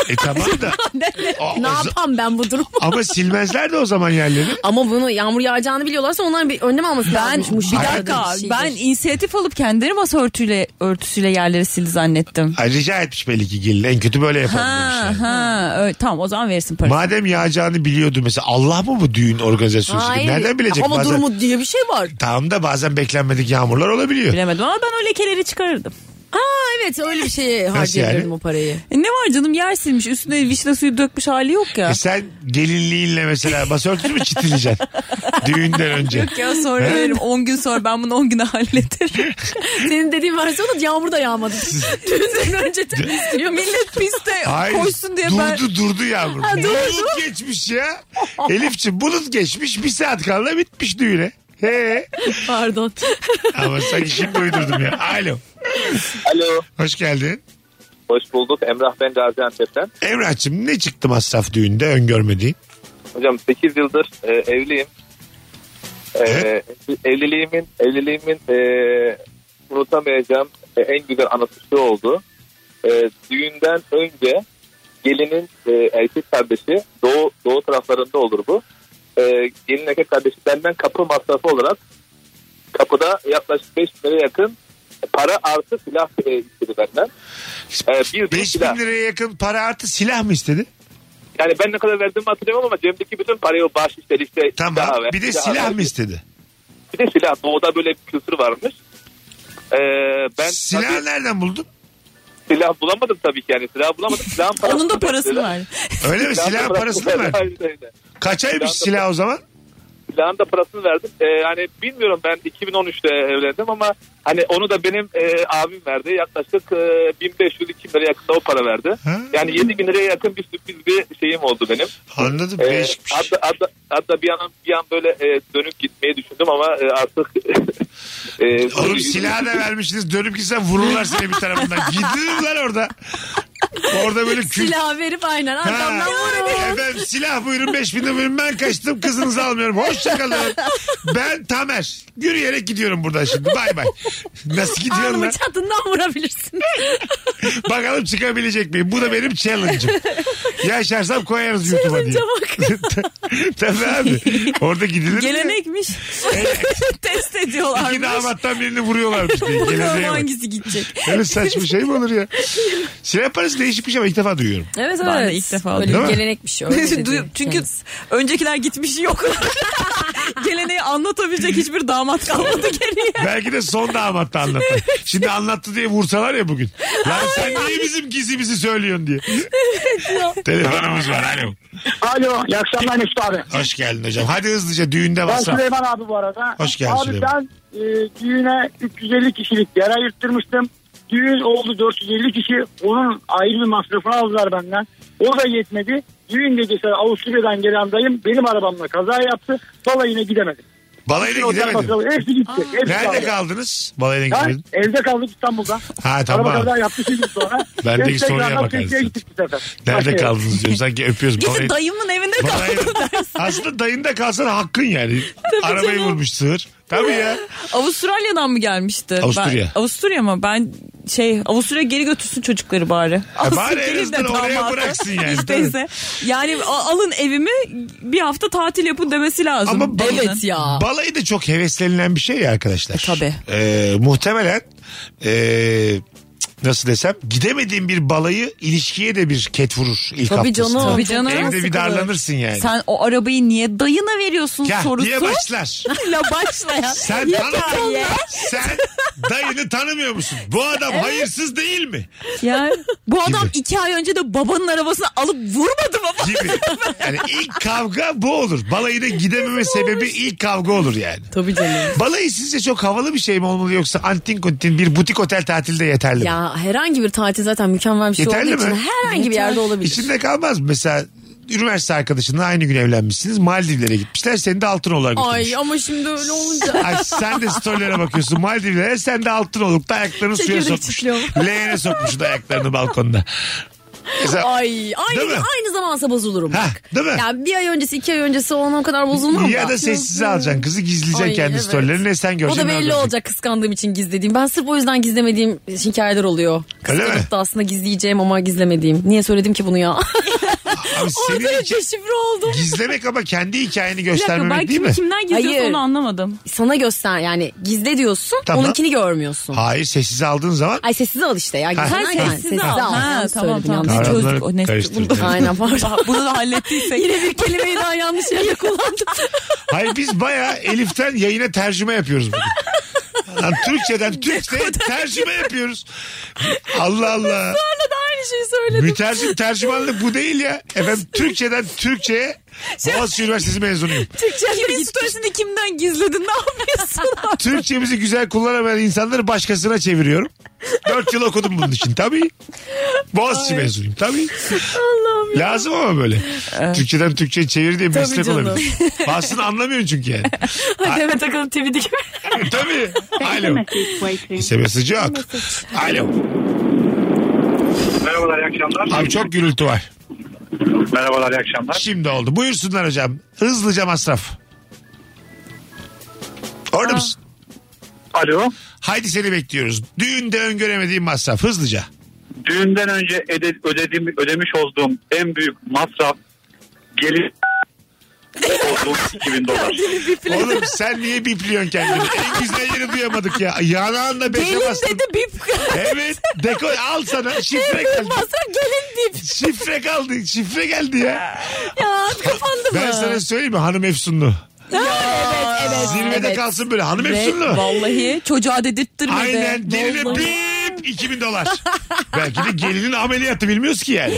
e tamam da o- o- ne yapam ben bu durumu? ama silmezler de o zaman yerleri. Ama bunu yağmur yağacağını biliyorlarsa onların bir önlem alması Ben lazım. bir dakika ben inisiyatif alıp kendileri masa örtüyle örtüsüyle yerleri sildi zannettim. Ay, rica etmiş belli ki gelin. En kötü böyle yapalım demiş Ha yani. ha öyle, tamam o zaman versin parasını. Madem yağacağını biliyordu mesela Allah mı bu düğün organizasyonu? şirketi? Nereden bilecek Hava bazen? durumu diye bir şey var. Tamam da bazen beklenmedik yağmurlar olabiliyor. Bilemedim ama ben o lekeleri çıkarırdım. Aa evet öyle bir şeye Nasıl yani? harcayabilirim o parayı. E, ne var canım yer silmiş üstüne vişne suyu dökmüş hali yok ya. E sen gelinliğinle mesela masörtüsü mü çitileceksin? Düğünden önce. ya sonra He? veririm 10 gün sonra ben bunu 10 güne hallederim. Senin dediğin versiyonu da yağmur da yağmadı. Düğünden önce temizliyor. Millet piste Hayır. koşsun diye durdu ben... durdu yağmur. Ha, durdu. Bulut geçmiş ya. Elifçi bulut geçmiş bir saat kala bitmiş düğüne. He. Pardon. Ama sanki şimdi uydurdum ya. Alo. Alo. Hoş geldin. Hoş bulduk. Emrah ben Gaziantep'ten. Emrah'cığım ne çıktı masraf düğünde öngörmediğin? Hocam 8 yıldır e, evliyim. E, evliliğimin evliliğimin e, unutamayacağım e, en güzel anısı şu oldu. E, düğünden önce gelinin e, erkek kardeşi doğu, doğu taraflarında olur bu. E, gelin erkek kardeşi benden kapı masrafı olarak kapıda yaklaşık 5 bin liraya yakın para artı silah e, istedi benden. E, bir 5 bin liraya yakın para artı silah mı istedi? Yani ben ne kadar verdiğimi hatırlamıyorum ama cebimdeki bütün parayı o bahşiş işte Tamam. silah ver, bir de silah silah ver. mı istedi? Bir de silah. Doğuda böyle bir kültür varmış. Ee, ben Silah tabii nereden buldun? silah bulamadım tabii ki yani. Silah bulamadım. Silahın parasını Onun da verdiler. parasını ver. Öyle mi? Silahın parasını mı verdin? Aynen öyle. Kaçaymış Silahın silah o zaman? Silahın da parasını verdim. Ee, yani bilmiyorum ben 2013'te evlendim ama hani onu da benim e, abim verdi. Yaklaşık e, 1500-2000 liraya yakın da o para verdi. Ha. Yani 7000 liraya yakın bir sürpriz bir şeyim oldu benim. Anladım. Ee, Değişikmiş. hatta, hatta, hatta bir an bir an böyle e, dönüp gitmeyi düşündüm ama e, artık e, Oğlum silahı da vermişsiniz. Dönüp gitsen vururlar seni bir tarafından. Gidilir lan orada. Orada böyle kül... Silah verip aynen arkamdan vurun. Efendim silah buyurun 5000 lira buyurun ben kaçtım kızınızı almıyorum. Hoşçakalın. Ben Tamer. Yürüyerek gidiyorum buradan şimdi. Bay bay. Nasıl gidiyorsun Alnımın lan? çatından vurabilirsin. Bakalım çıkabilecek miyim? Bu da benim challenge'ım. Yaşarsam koyarız YouTube'a diye. Tabii abi. Orada gidilir mi? E, Gelenekmiş. Test İki ediyorlarmış. damattan birini vuruyorlarmış diye. Bakalım Geleceğe bak. hangisi gidecek. Öyle saçma şey mi olur ya? Silah parası değişik bir şey ama ilk defa duyuyorum. Evet evet. Ben de ilk defa Öyle duydum. bir Değil mi? gelenekmiş. Öyle Duy- dedi Çünkü kendisi. öncekiler gitmiş yok. Geleneği anlatabilecek hiçbir damat kalmadı geriye. Belki de son damatta anlatan. Şimdi anlattı diye vursalar ya bugün. Lan sen niye bizim gizimizi söylüyorsun diye. Telefonumuz var. Alo. Alo, iyi akşamlar Mesut abi. Hoş geldin hocam. Hadi hızlıca düğünde Ben masraf. Süleyman abi bu arada. Hoş geldin Abi Süleyman. ben e, düğüne 350 kişilik yer ayırttırmıştım. Düğün oldu 450 kişi. Onun ayrı bir masrafını aldılar benden. O da yetmedi. Düğün gecesi Avusturya'dan gelen dayım benim arabamla kaza yaptı. Balayına gidemedim. Bütün Balayla otel gidemedin. masrafı- Hepsi gitti. hepsi Nerede kaldı. kaldınız? Balayla Ha, gidemedin. evde kaldık İstanbul'da. Ha, tamam. Araba kaza yaptı iki gün sonra. Ben de soruya Instagram'dan bakarız. Türkiye'ye gittik bu sefer. Nerede Başka yere. kaldınız diyorum. Sanki öpüyoruz. Gidin Balayı- dayımın evinde kal. balayı- Aslında dayında kalsan hakkın yani. Arabayı vurmuş sığır. Tabii ya. Avustralya'dan mı gelmişti? Avusturya. Ben- Avusturya mı? Ben şey Avusturya geri götürsün çocukları bari. Ha, E, bari Alsın en gelin azından oraya damadı. bıraksın yani, Hiç tabii. değilse. Yani a- alın evimi bir hafta tatil yapın demesi lazım. Ama balayı, balayı da çok heveslenilen bir şey ya arkadaşlar. tabii. muhtemelen ee, nasıl desem gidemediğin bir balayı ilişkiye de bir ket vurur ilk Tabii haftasında. canım. Tabii canım. Evde bir Sıkılır. darlanırsın yani. Sen o arabayı niye dayına veriyorsun Ya, sorusu. niye başlar? La başla ya. Sen Yeter tanı- ya. Sen dayını tanımıyor musun? Bu adam Evet. hayırsız değil mi? Ya bu adam Gibi. iki ay önce de babanın arabasını alıp vurmadı mı? Gibi. Yani ilk kavga bu olur. Balayına gidememe sebebi ilk kavga olur yani. Tabii canım. Balayı sizce çok havalı bir şey mi olmalı yoksa antin kuntin bir butik otel tatilde yeterli mi? Ya herhangi bir tatil zaten mükemmel bir şey Yeterli olduğu mi? için herhangi bir yerde olabilir. İçinde kalmaz mı? Mesela üniversite arkadaşınla aynı gün evlenmişsiniz. Maldivlere gitmişler. Seni de altın olarak Ay ama şimdi öyle olunca. Ay sen de storylere bakıyorsun. Maldivlere sen de altın olukta ayaklarını suya Çekirdek sokmuş. çitliyorum. Leğene sokmuş da ayaklarını balkonda. Mesela- Ay aynı, Değil mi? aynı zamansa bozulurum Ha, bak. değil mi? Ya bir ay öncesi iki ay öncesi ona o kadar bozulmam Ya da. da sessize alacaksın kızı gizleyeceksin Ay, kendi evet. storylerini. Ne sen O göreceksin. ne da o belli görecek. olacak kıskandığım için gizlediğim. Ben sırf o yüzden gizlemediğim hikayeler oluyor. Öyle mi? Kıskanıp da aslında gizleyeceğim ama gizlemediğim. Niye söyledim ki bunu ya? Abi senin hikaye- Deşifre oldum. gizlemek ama kendi hikayeni Bir dakika, göstermemek ben değil kimi mi? kimden gizliyorsun Hayır. onu anlamadım. Sana göster yani gizle diyorsun Tamam. onunkini görmüyorsun. Hayır sessize aldığın zaman Ay sessize al işte ya. Ha. Gizlen Ha, yani. sessize al. Ha, Yalnız tamam, söyledim, tamam. yalnız. çözdük, Kavramları o neyse, karıştırdın. bunu- Aynen pardon. Bunu da hallettiysek. Yine bir kelimeyi daha yanlış yere kullandım. Hayır biz baya Elif'ten yayına tercüme yapıyoruz bugün. Lan Türkçeden Türkçe'ye tercüme yapıyoruz. Allah Allah. Bana da aynı şeyi söyledim. Mütercim tercümanlık bu değil ya. Efendim Türkçeden Türkçe'ye Şey- Boğaziçi Üniversitesi mezunuyum. Kimin storiesini kimden gizledin ne yapıyorsun? Türkçemizi güzel kullanamayan insanları başkasına çeviriyorum. Dört yıl okudum bunun için tabii. Boğaziçi mezunuyum tabii. Allah'ım Lazım ama böyle. Türkçeden Türkçe'ye çevir diye bir Tabii meslek canım. olabilir. Aslında anlamıyorsun çünkü yani. Hadi hemen takalım tweet'i gibi. tabii. Alo. SMS yok. Alo. Merhabalar, iyi akşamlar. Abi çok gürültü var. Merhabalar, iyi akşamlar. Şimdi oldu. Buyursunlar hocam. Hızlıca masraf. Orada mısın? Alo. Haydi seni bekliyoruz. Düğünde öngöremediğin masraf. Hızlıca. Düğünden önce ede- ödediğim, ödemiş olduğum en büyük masraf gelir olduğum 2000 dolar. Oğlum sen niye bipliyorsun kendini? En güzel yeri duyamadık ya. Yanağında beşe Gelin bastın. dedi bip. Evet. Deko al sana. Şifre geldi. Masa gelin bip. Şifre kaldı. Şifre geldi ya. Ya kapandı mı? Ben sana söyleyeyim mi? Hanım Efsunlu. evet evet. Zirvede evet. kalsın böyle. Hanım Ve Efsunlu. Vallahi çocuğa dedirttirmedi. Aynen. Geline Vallahi. bip 2000 dolar. Belki de gelinin ameliyatı bilmiyoruz ki yani.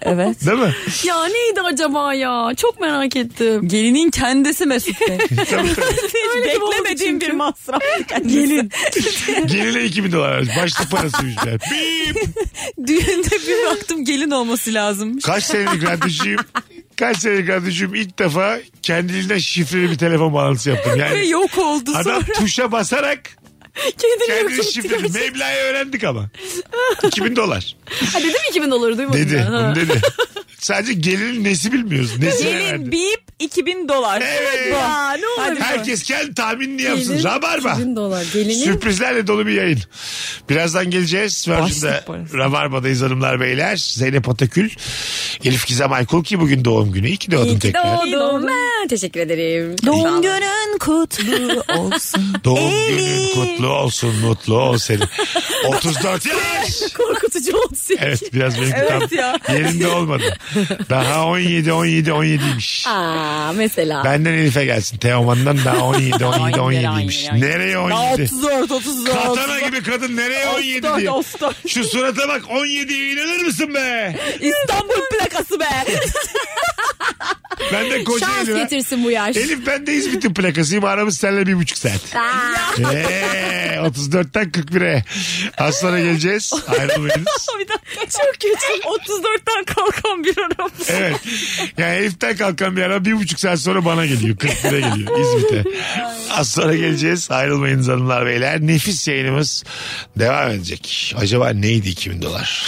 Evet. Değil mi? Ya neydi acaba ya? Çok merak ettim. Gelinin kendisi Mesut Bey. Tabii, tabii. Hiç gibi oldu beklemediğim bir masraf. Gelin. Geline 2000 dolar vermiş. Başlık parası yüzler. Bip. Düğünde bir baktım gelin olması lazım. Kaç senelik radyocuyum. Kaç senelik radyocuyum. ilk defa kendiliğinden şifreli bir telefon bağlantısı yaptım. Ve Yani yok oldu adam sonra. tuşa basarak Kendini kendini yok şifreli. Meblağı öğrendik ama. 2000 dolar. Ha dedim 2000 doları duymadın. Dedi. mı? Ha. Bunu dedi. Sadece gelinin nesi bilmiyoruz. Nesi Gelin bip 2000 dolar. Evet. Aa, ne olur. Herkes kendi tahminini yapsın. Gelin Rabarba. 2000 dolar. Gelinin Sürprizlerle dolu bir yayın. Birazdan geleceğiz. Virgin'de parası. Rabarba'dayız hanımlar beyler. Zeynep Atakül, Elif Gizem Aykul ki bugün doğum günü. İyi ki doğdun İyi ki tekrar. doğdun. Ben teşekkür ederim. Sağ Doğum olun. günün kutlu olsun. Doğum Elif. günün kutlu olsun, mutlu ol senin. 34 yaş. Korkutucu oldu senin. Evet biraz benim Evet tam ya. yerinde olmadı. Daha 17, 17, 17'ymiş. Aa mesela. Benden Elif'e gelsin. Teoman'dan daha 17, 17, Aynen, 17'ymiş. aynen. Nereye 17? 34 34. Katana gibi kadın nereye 17 diye. Şu surata bak 17'ye inanır mısın be? İstanbul plakası be. Ben de koca Şans Elif'e- getirsin bu yaş. Elif ben de İzmit'in plakasıyım. Aramız seninle bir buçuk saat. Eee, 34'ten 41'e. Az sonra geleceğiz. Ayrılmayınız. bir dakika çok kötü. 34'ten kalkan bir araba. Evet. Yani Elif'ten kalkan bir ara bir buçuk saat sonra bana geliyor. 41'e geliyor İzmit'e. Az sonra geleceğiz. Ayrılmayınız hanımlar beyler. Nefis yayınımız devam edecek. Acaba neydi 2000 dolar?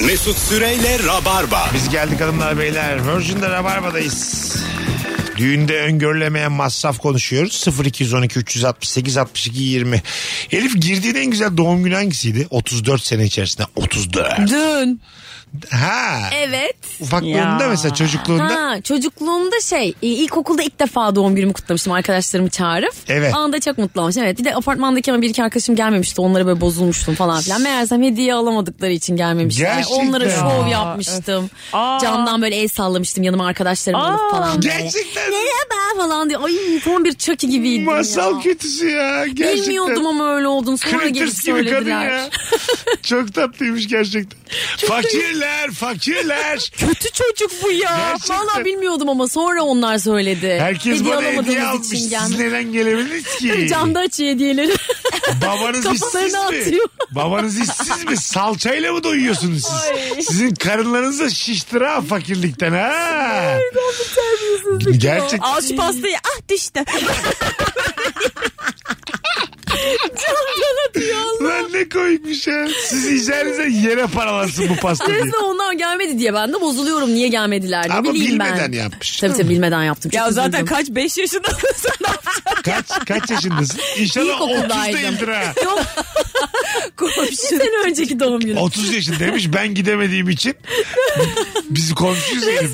Mesut Süreyle Rabarba. Biz geldik hanımlar beyler. Virgin'de Rabarba'dayız. Düğünde öngörülemeyen masraf konuşuyoruz. 0212 368 62 20. Elif girdiğin en güzel doğum günü hangisiydi? 34 sene içerisinde. 34. Dün. Ha. Evet. Ufaklığında Ya. mesela çocukluğunda. Ha, çocukluğumda şey e, ilkokulda ilk defa doğum günümü kutlamıştım arkadaşlarımı çağırıp. Evet. Anda çok mutlu olmuştum. Evet bir de apartmandaki ama bir iki arkadaşım gelmemişti onlara böyle bozulmuştum falan filan. Meğersem hediye alamadıkları için gelmemişler. Gerçekten onlara mi? şov Aa, yapmıştım. Camdan böyle el sallamıştım yanıma arkadaşlarımı alıp falan. böyle. Gerçekten. Merhaba falan diye. Ay tam bir çaki gibiydim Masal ya. kötüsü ya. Gerçekten. Bilmiyordum ama öyle olduğunu sonra gelip Critters gibi kadın söylediler. ya. Çok tatlıymış gerçekten. fakirler, fakirler. Kötü çocuk bu ya. Gerçekten. Valla bilmiyordum ama sonra onlar söyledi. Herkes bana hediye alamadığımız almış. için Siz gelmedi. neden gelemediniz ki? Camda açıyor hediyeleri. Babanız Kafalarını işsiz mi? atıyor. Babanız işsiz mi? Salçayla mı doyuyorsunuz siz? Sizin karınlarınız da şiştir ha fakirlikten ha. Gerçek. Al şu pastayı. Ah düştü. Camdan atıyor Allah. Lan ne koymuş ya. Siz yiyeceğinize yere paralansın bu pasta diye. Resmen onlar gelmedi diye ben de bozuluyorum niye gelmediler diye. Ama Bileyim bilmeden ben. yapmış. Tabii değil tabii mi? bilmeden yaptım. Çok ya zaten üzüldüm. kaç 5 yaşında Kaç, kaç yaşındasın? İnşallah 30 İlkokuldaydım. değildir ha. Yok. Bir sene önceki doğum günü. 30 yaşındaymış ben gidemediğim için bizi komşuyuz herif.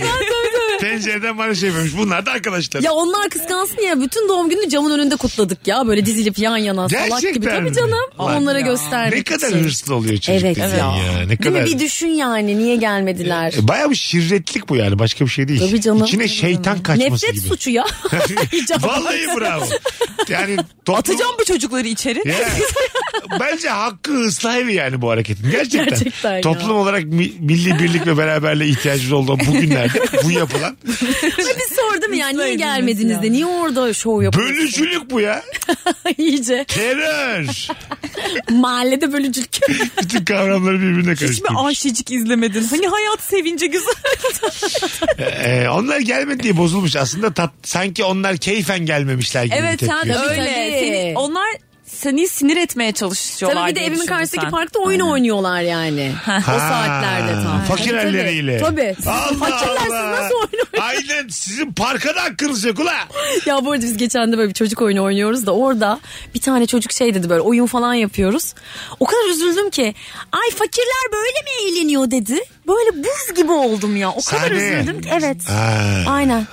Pencereden bana şey yapıyormuş. Bunlar da arkadaşlar. Ya onlar kıskansın ya bütün doğum günü camın önünde kutladık ya böyle dizilip yan yana salak gibi. Gerçekten mi? Tabii canım Lan onlara ya. gösterdik. Ne kadar şey. hırslı oluyor çocuk Evet. dediğin Evet. ya. Ne Değil kadar. mi? Bir düşün yani niye gelmediler. E, Baya bir şirretlik bu yani başka bir şey değil. Tabii canım. İçine şeytan kaçması Nefret gibi. suçu ya. Vallahi bravo. Yani toplum... Atacağım bu çocukları içeri. Ya, bence hakkı ıslah evi yani bu hareketin. Gerçekten. Gerçekten ya. Toplum olarak mi- milli birlik ve beraberliğe ihtiyacımız olduğu bugünlerde bu yapılan. Ve bir sordum yani niye Mutluydunuz gelmediniz ya. de niye orada şov yapıyorsunuz? Bölücülük bu ya. İyice Terör. mahallede bölücülük. Bütün kavramları birbirine Hiç mi karıştırmış. aşicik izlemedin? Hani hayat sevince güzel. Ee, onlar gelmedi diye bozulmuş. Aslında tat, sanki onlar keyfen gelmemişler gibi evet bir sen tepki. Tabii, öyle. tabii. Seni- onlar seni sinir etmeye çalışıyorlar. Tabii bir de diye evimin düşündüm karşısındaki sen. parkta oyun oynuyorlar yani. o saatlerde tam. Fakir Tabii, tabii. elleriyle. Tabii. Siz Allah Fakirler siz Allah. nasıl oynuyorsunuz? Aynen sizin parka da hakkınız yok ula. Ya bu arada biz geçen de böyle bir çocuk oyunu oynuyoruz da orada bir tane çocuk şey dedi böyle oyun falan yapıyoruz. O kadar üzüldüm ki ay fakirler böyle mi eğleniyor dedi. Böyle buz gibi oldum ya. O kadar Sahne. üzüldüm ki evet. Ha. Aynen.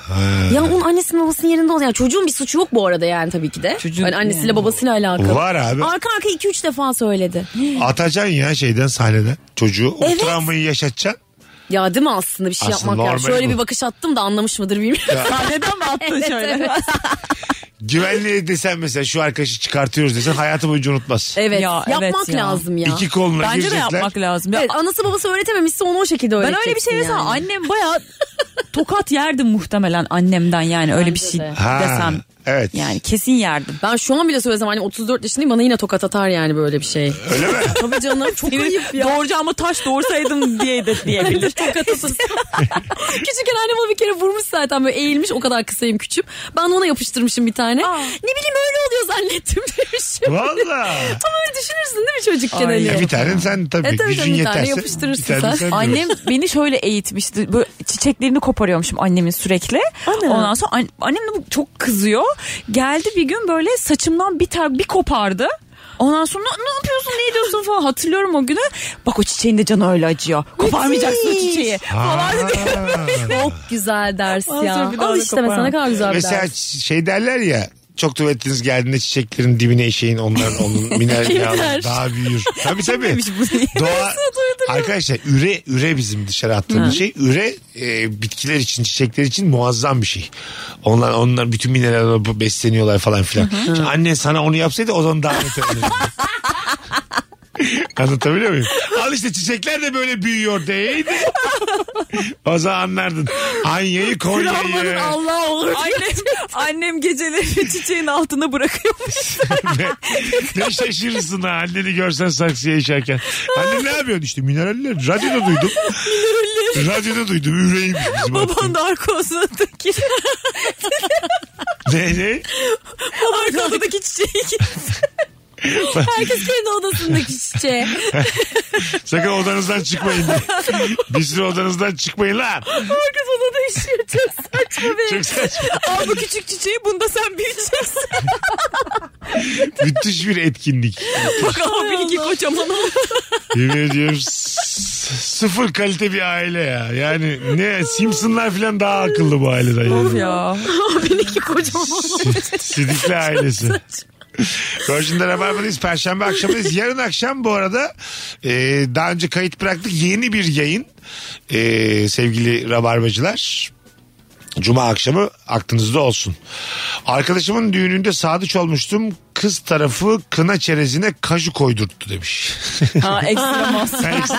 Ya onun annesinin babasının yerinde oldu. Yani çocuğun bir suçu yok bu arada yani tabii ki de. Çocuğun- Hmm. yani annesiyle babasıyla alakalı. Var abi. Arka arka 2-3 defa söyledi. Atacaksın ya şeyden sahneden çocuğu. O Evet. travmayı yaşatacaksın. Ya değil mi aslında bir şey Aslında yapmak normal lazım. Şöyle bu. bir bakış attım da anlamış mıdır bilmiyorum. Sahneden mi attın şöyle? Evet. Güvenliğe desen mesela şu arkadaşı çıkartıyoruz desen hayatı boyunca unutmaz. Evet, Ya, evet yapmak ya. lazım ya. İki koluna Bence de girecekler. yapmak lazım. Ya, Evet, anası babası öğretememişse onu o şekilde ben öğreteceksin öyle bir şey desem yani. annem baya tokat yerdim muhtemelen annemden yani öyle bir şey de. Ha, desem. Evet. Yani kesin yerdim. Ben şu an bile söylesem annem 34 yaşındayım bana yine tokat atar yani böyle bir şey. Öyle mi? Tabii canım çok ayıp ya. Doğuracağıma taş doğursaydım diye de diyebilir. tokat atasın. Küçükken annem bana bir kere vurmuş zaten böyle eğilmiş o kadar kısayım küçüğüm. Ben de ona yapıştırmışım bir tane. Aa. Ne bileyim öyle oluyor zannettim demişim. Valla. Ama öyle düşünürsün değil mi çocukken Ay. hani? bir tane sen tabii E, tabii gücün tabii, bir tane yeterse. yapıştırırsın tane sen. diyorsun. Annem beni şöyle eğitmişti. Böyle çiçeklerini koparıyormuşum annemin sürekli. Ana. Ondan sonra an- annem de bu- çok kızıyor. Geldi bir gün böyle saçımdan bir tar bir kopardı. Ondan sonra ne yapıyorsun ne ediyorsun falan hatırlıyorum o günü. Bak o çiçeğin de canı öyle acıyor. Koparmayacaksın o çiçeği falan dedi. Aa. Çok güzel ders Ondan ya. sonra bir daha Al da işte mesela ne koparma. kadar güzel bir Mesela ders. şey derler ya çok tuvaletiniz geldiğinde çiçeklerin dibine eşeğin onların onun miner yağlar daha büyür. Tabii tabii. Doğa, arkadaşlar üre üre bizim dışarı attığımız şey. Üre e, bitkiler için çiçekler için muazzam bir şey. Onlar onlar bütün minerallerle bu- besleniyorlar falan filan. Şimdi anne sana onu yapsaydı o zaman daha net olurdu. Anlatabiliyor muyum? Al işte çiçekler de böyle büyüyor deydi. o zaman anlardın. Anyayı Konya'yı. Travmanın Allah olur. Annem, annem geceleri çiçeğin altına bırakıyormuş. ne, ne şaşırırsın ha anneni görsen saksıya işerken. Anne ne yapıyorsun işte mineraller. Radyoda duydum. Radyoda duydum. Üreğim bizim Baban attığım. da arka odasındaki Ne ne? arka odadaki çiçeği Herkes kendi odasındaki çiçeğe. Sakın odanızdan çıkmayın. Bir süre odanızdan çıkmayın lan. Herkes odada işiyor. Çok saçma be. Çok saçma. Al bu küçük çiçeği bunda sen büyüteceksin. Müthiş bir etkinlik. Bak abi iki kocaman oldu. Yemin ediyorum s- sıfır kalite bir aile ya. Yani ne Simpsonlar falan daha akıllı bu aileden. Of Yani. ya. Benimki kocaman Sidikli ailesi. Virgin'de Rabarba'dayız. Perşembe akşamındayız. Yarın akşam bu arada e, daha önce kayıt bıraktık. Yeni bir yayın E, sevgili Rabarbacılar. Cuma akşamı aklınızda olsun. Arkadaşımın düğününde sadıç olmuştum. Kız tarafı kına çerezine kaju koydurttu demiş. Ha ekstra masraf.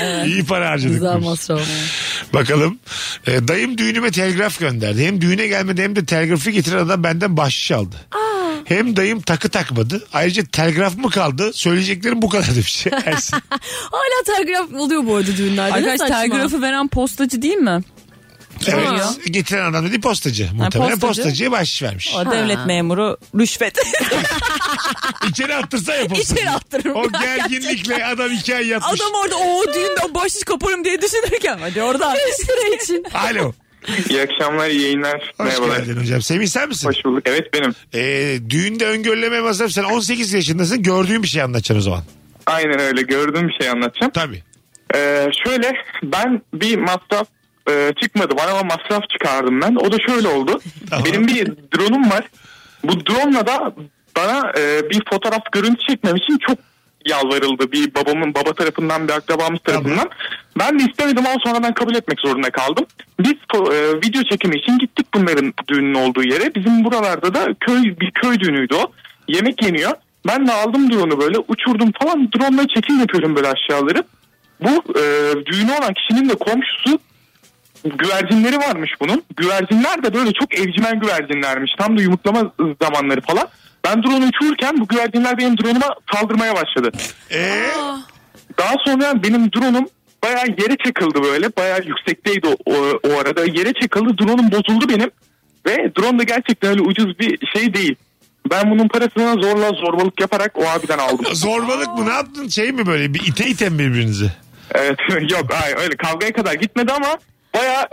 İyi para harcadık. Güzel demiş. masraf. Bakalım. E, dayım düğünüme telgraf gönderdi. Hem düğüne gelmedi hem de telgrafı getiren adam benden bahşiş aldı. Hem dayım takı takmadı. Ayrıca telgraf mı kaldı? Söyleyeceklerim bu kadar demiş. Ersin. Hala telgraf oluyor bu arada düğünlerde. Ne Arkadaş saçma. telgrafı veren postacı değil mi? evet. oluyor? Getiren adam dedi postacı. Muhtemelen postacı. postacıya bahşiş vermiş. O devlet memuru rüşvet. İçeri attırsa ya postacı. İçeri attırırım. O gerginlikle adam iki ay yatmış. Adam orada o düğünde o bahşiş kaparım diye düşünürken hadi oradan. Sıra için. Alo. İyi akşamlar, iyi yayınlar. Hoş Merhabalar. geldin hocam. Semih sen misin? Hoş bulduk. Evet benim. E, düğünde öngörüleme masraf sen 18 yaşındasın. Gördüğün bir şey anlatacaksın o zaman. Aynen öyle gördüğüm bir şey anlatacağım. Tabii. Ee, şöyle ben bir masraf e, çıkmadı bana ama masraf çıkardım ben. O da şöyle oldu. Benim bir drone'um var. Bu drone'la da bana e, bir fotoğraf görüntü çekmem için çok yalvarıldı. Bir babamın baba tarafından bir akrabamız tarafından. Ben de istemedim ama sonradan kabul etmek zorunda kaldım. Biz ko- e, video çekimi için gittik bunların düğünün olduğu yere. Bizim buralarda da köy bir köy düğünüydü o. Yemek yeniyor. Ben de aldım drone'u böyle uçurdum falan. Drone'la çekim yapıyorum böyle aşağıları. Bu e, düğünü olan kişinin de komşusu güvercinleri varmış bunun. Güvercinler de böyle çok evcimen güvercinlermiş. Tam da yumurtlama zamanları falan. Ben drone uçururken bu güvercinler benim drone'uma saldırmaya başladı. Ee? Daha sonra benim drone'um bayağı yere çakıldı böyle. Bayağı yüksekteydi o, o- o arada. Yere çakıldı drone'um bozuldu benim. Ve drone da gerçekten öyle ucuz bir şey değil. Ben bunun parasını zorla zorbalık yaparak o abiden aldım. Zorbalık mı ne yaptın? Şey mi böyle bir ite iten birbirinizi? Evet yok ay öyle kavgaya kadar gitmedi ama baya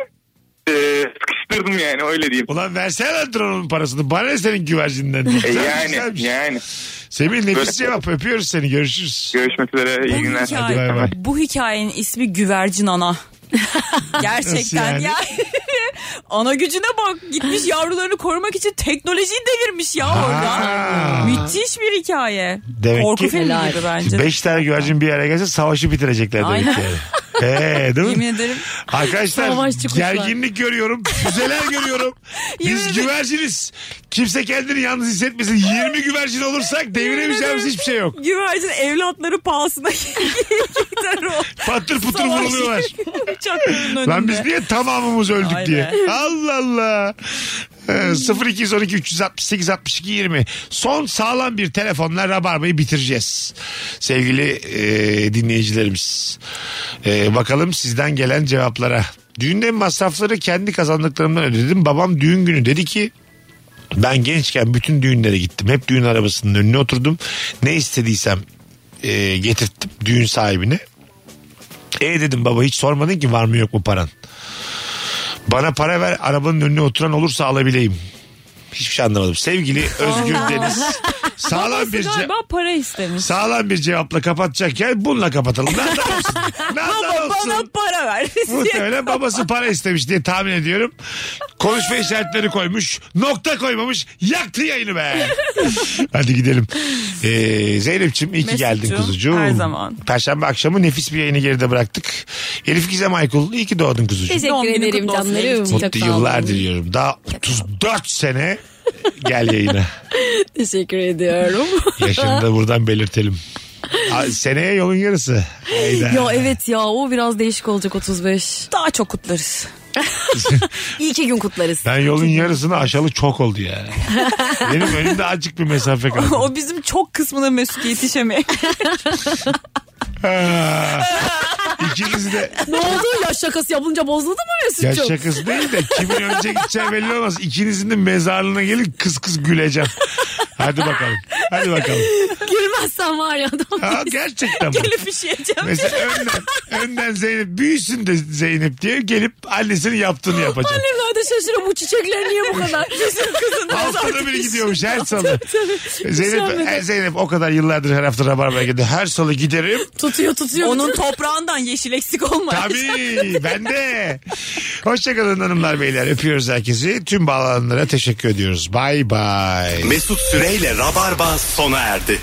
e, sıkıştırdım yani öyle diyeyim. Ulan versene lan drone'un parasını. Bana ne senin güvercinden? diye. E, Güzel, yani güzelmiş. yani Semih Böyle- nefis cevap. Öpüyoruz seni. Görüşürüz. görüşmek üzere iyi Bu günler. Hadi bay hikaye, bay. bu hikayenin ismi güvercin ana. Nasıl Gerçekten yani? yani? ana gücüne bak gitmiş yavrularını korumak için teknolojiyi devirmiş ya orada. Ha. Müthiş bir hikaye. Demek Korku ki- filmi Helal. gibi bence. Beş tane güvercin bir araya gelse savaşı bitirecekler demek Aynen. ki. Ee, değil mi? Yemin ederim. Arkadaşlar Savaşçı kuşlar. gerginlik görüyorum. Füzeler görüyorum. Biz güverciniz. Kimse kendini yalnız hissetmesin. 20 güvercin olursak deviremeyeceğimiz hiçbir şey yok. Güvercin evlatları pahasına gider o. Patır putur Savaş. vuruluyorlar. Uçakların önünde. Lan biz niye tamamımız öldük Aynen. diye. Allah Allah. Ee, 0212 368 62 20 son sağlam bir telefonla Rabarba'yı bitireceğiz sevgili e, dinleyicilerimiz E, bakalım sizden gelen cevaplara düğünde masrafları kendi kazandıklarımdan ödedim babam düğün günü dedi ki ben gençken bütün düğünlere gittim hep düğün arabasının önüne oturdum ne istediysem e, getirttim düğün sahibine e dedim baba hiç sormadın ki var mı yok mu paran. Bana para ver arabanın önüne oturan olursa alabileyim. Hiçbir şey anlamadım. Sevgili Özgür Deniz. Sağlam bir ce- Galiba para istemiş. sağlam bir cevapla kapatacak ya bununla kapatalım. Nazar olsun. Nazar Baba bana olsun. para ver. Muhtemelen babası para istemiş diye tahmin ediyorum. Konuşma işaretleri koymuş. Nokta koymamış. Yaktı yayını be. Hadi gidelim. Ee, Zeynep'ciğim iyi ki geldin Mesut'cum, kuzucuğum. her zaman. Perşembe akşamı nefis bir yayını geride bıraktık. Elif Gizem Aykul iyi ki doğdun kuzucuğum. Doğum Teşekkür günün ederim kutlu olsun canlarım. Elifciğim. Çok Mutlu sağ olun. yıllar diliyorum. Daha 34 sene gel yayına. Teşekkür ediyorum. Yaşını da buradan belirtelim. Aa, Seneye yolun yarısı. Hayda. ya evet ya o biraz değişik olacak 35. Daha çok kutlarız. İyi ki gün kutlarız. Ben yolun yarısını aşalı çok oldu ya. Benim önümde acık bir mesafe kaldı. o bizim çok kısmına Mesut yetişemiyor. Ha. İkiniz de ne oldu? Yaş şakası yapılınca bozuldu mu Mesut'cum? ya şakası değil de kimin önce gideceği belli olmaz. İkinizin de mezarlığına gelin kıs kıs güleceğim. Hadi bakalım. Hadi bakalım. Şahsen var ya adam. Ha, gerçekten mi? Gelip şey üşüyeceğim. Mesela önden, önden Zeynep büyüsün de Zeynep diye gelip annesinin yaptığını yapacak. Annemler de şaşırıyor bu çiçekler niye bu kadar? Kızın kızın Haftada biri gidiyormuş her salı. tabii. Zeynep, Üşenmeden. e, Zeynep o kadar yıllardır her hafta Rabarba'ya gidiyor. Her salı giderim. Tutuyor tutuyor. Onun toprağından yeşil eksik olmaz. Tabii ben de. Hoşçakalın hanımlar beyler. Öpüyoruz herkesi. Tüm bağlananlara teşekkür ediyoruz. Bay bay. Mesut Süreyle Rabarba sona erdi.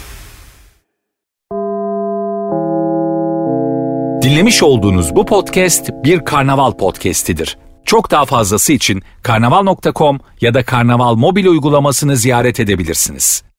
Dinlemiş olduğunuz bu podcast bir karnaval podcastidir. Çok daha fazlası için karnaval.com ya da karnaval mobil uygulamasını ziyaret edebilirsiniz.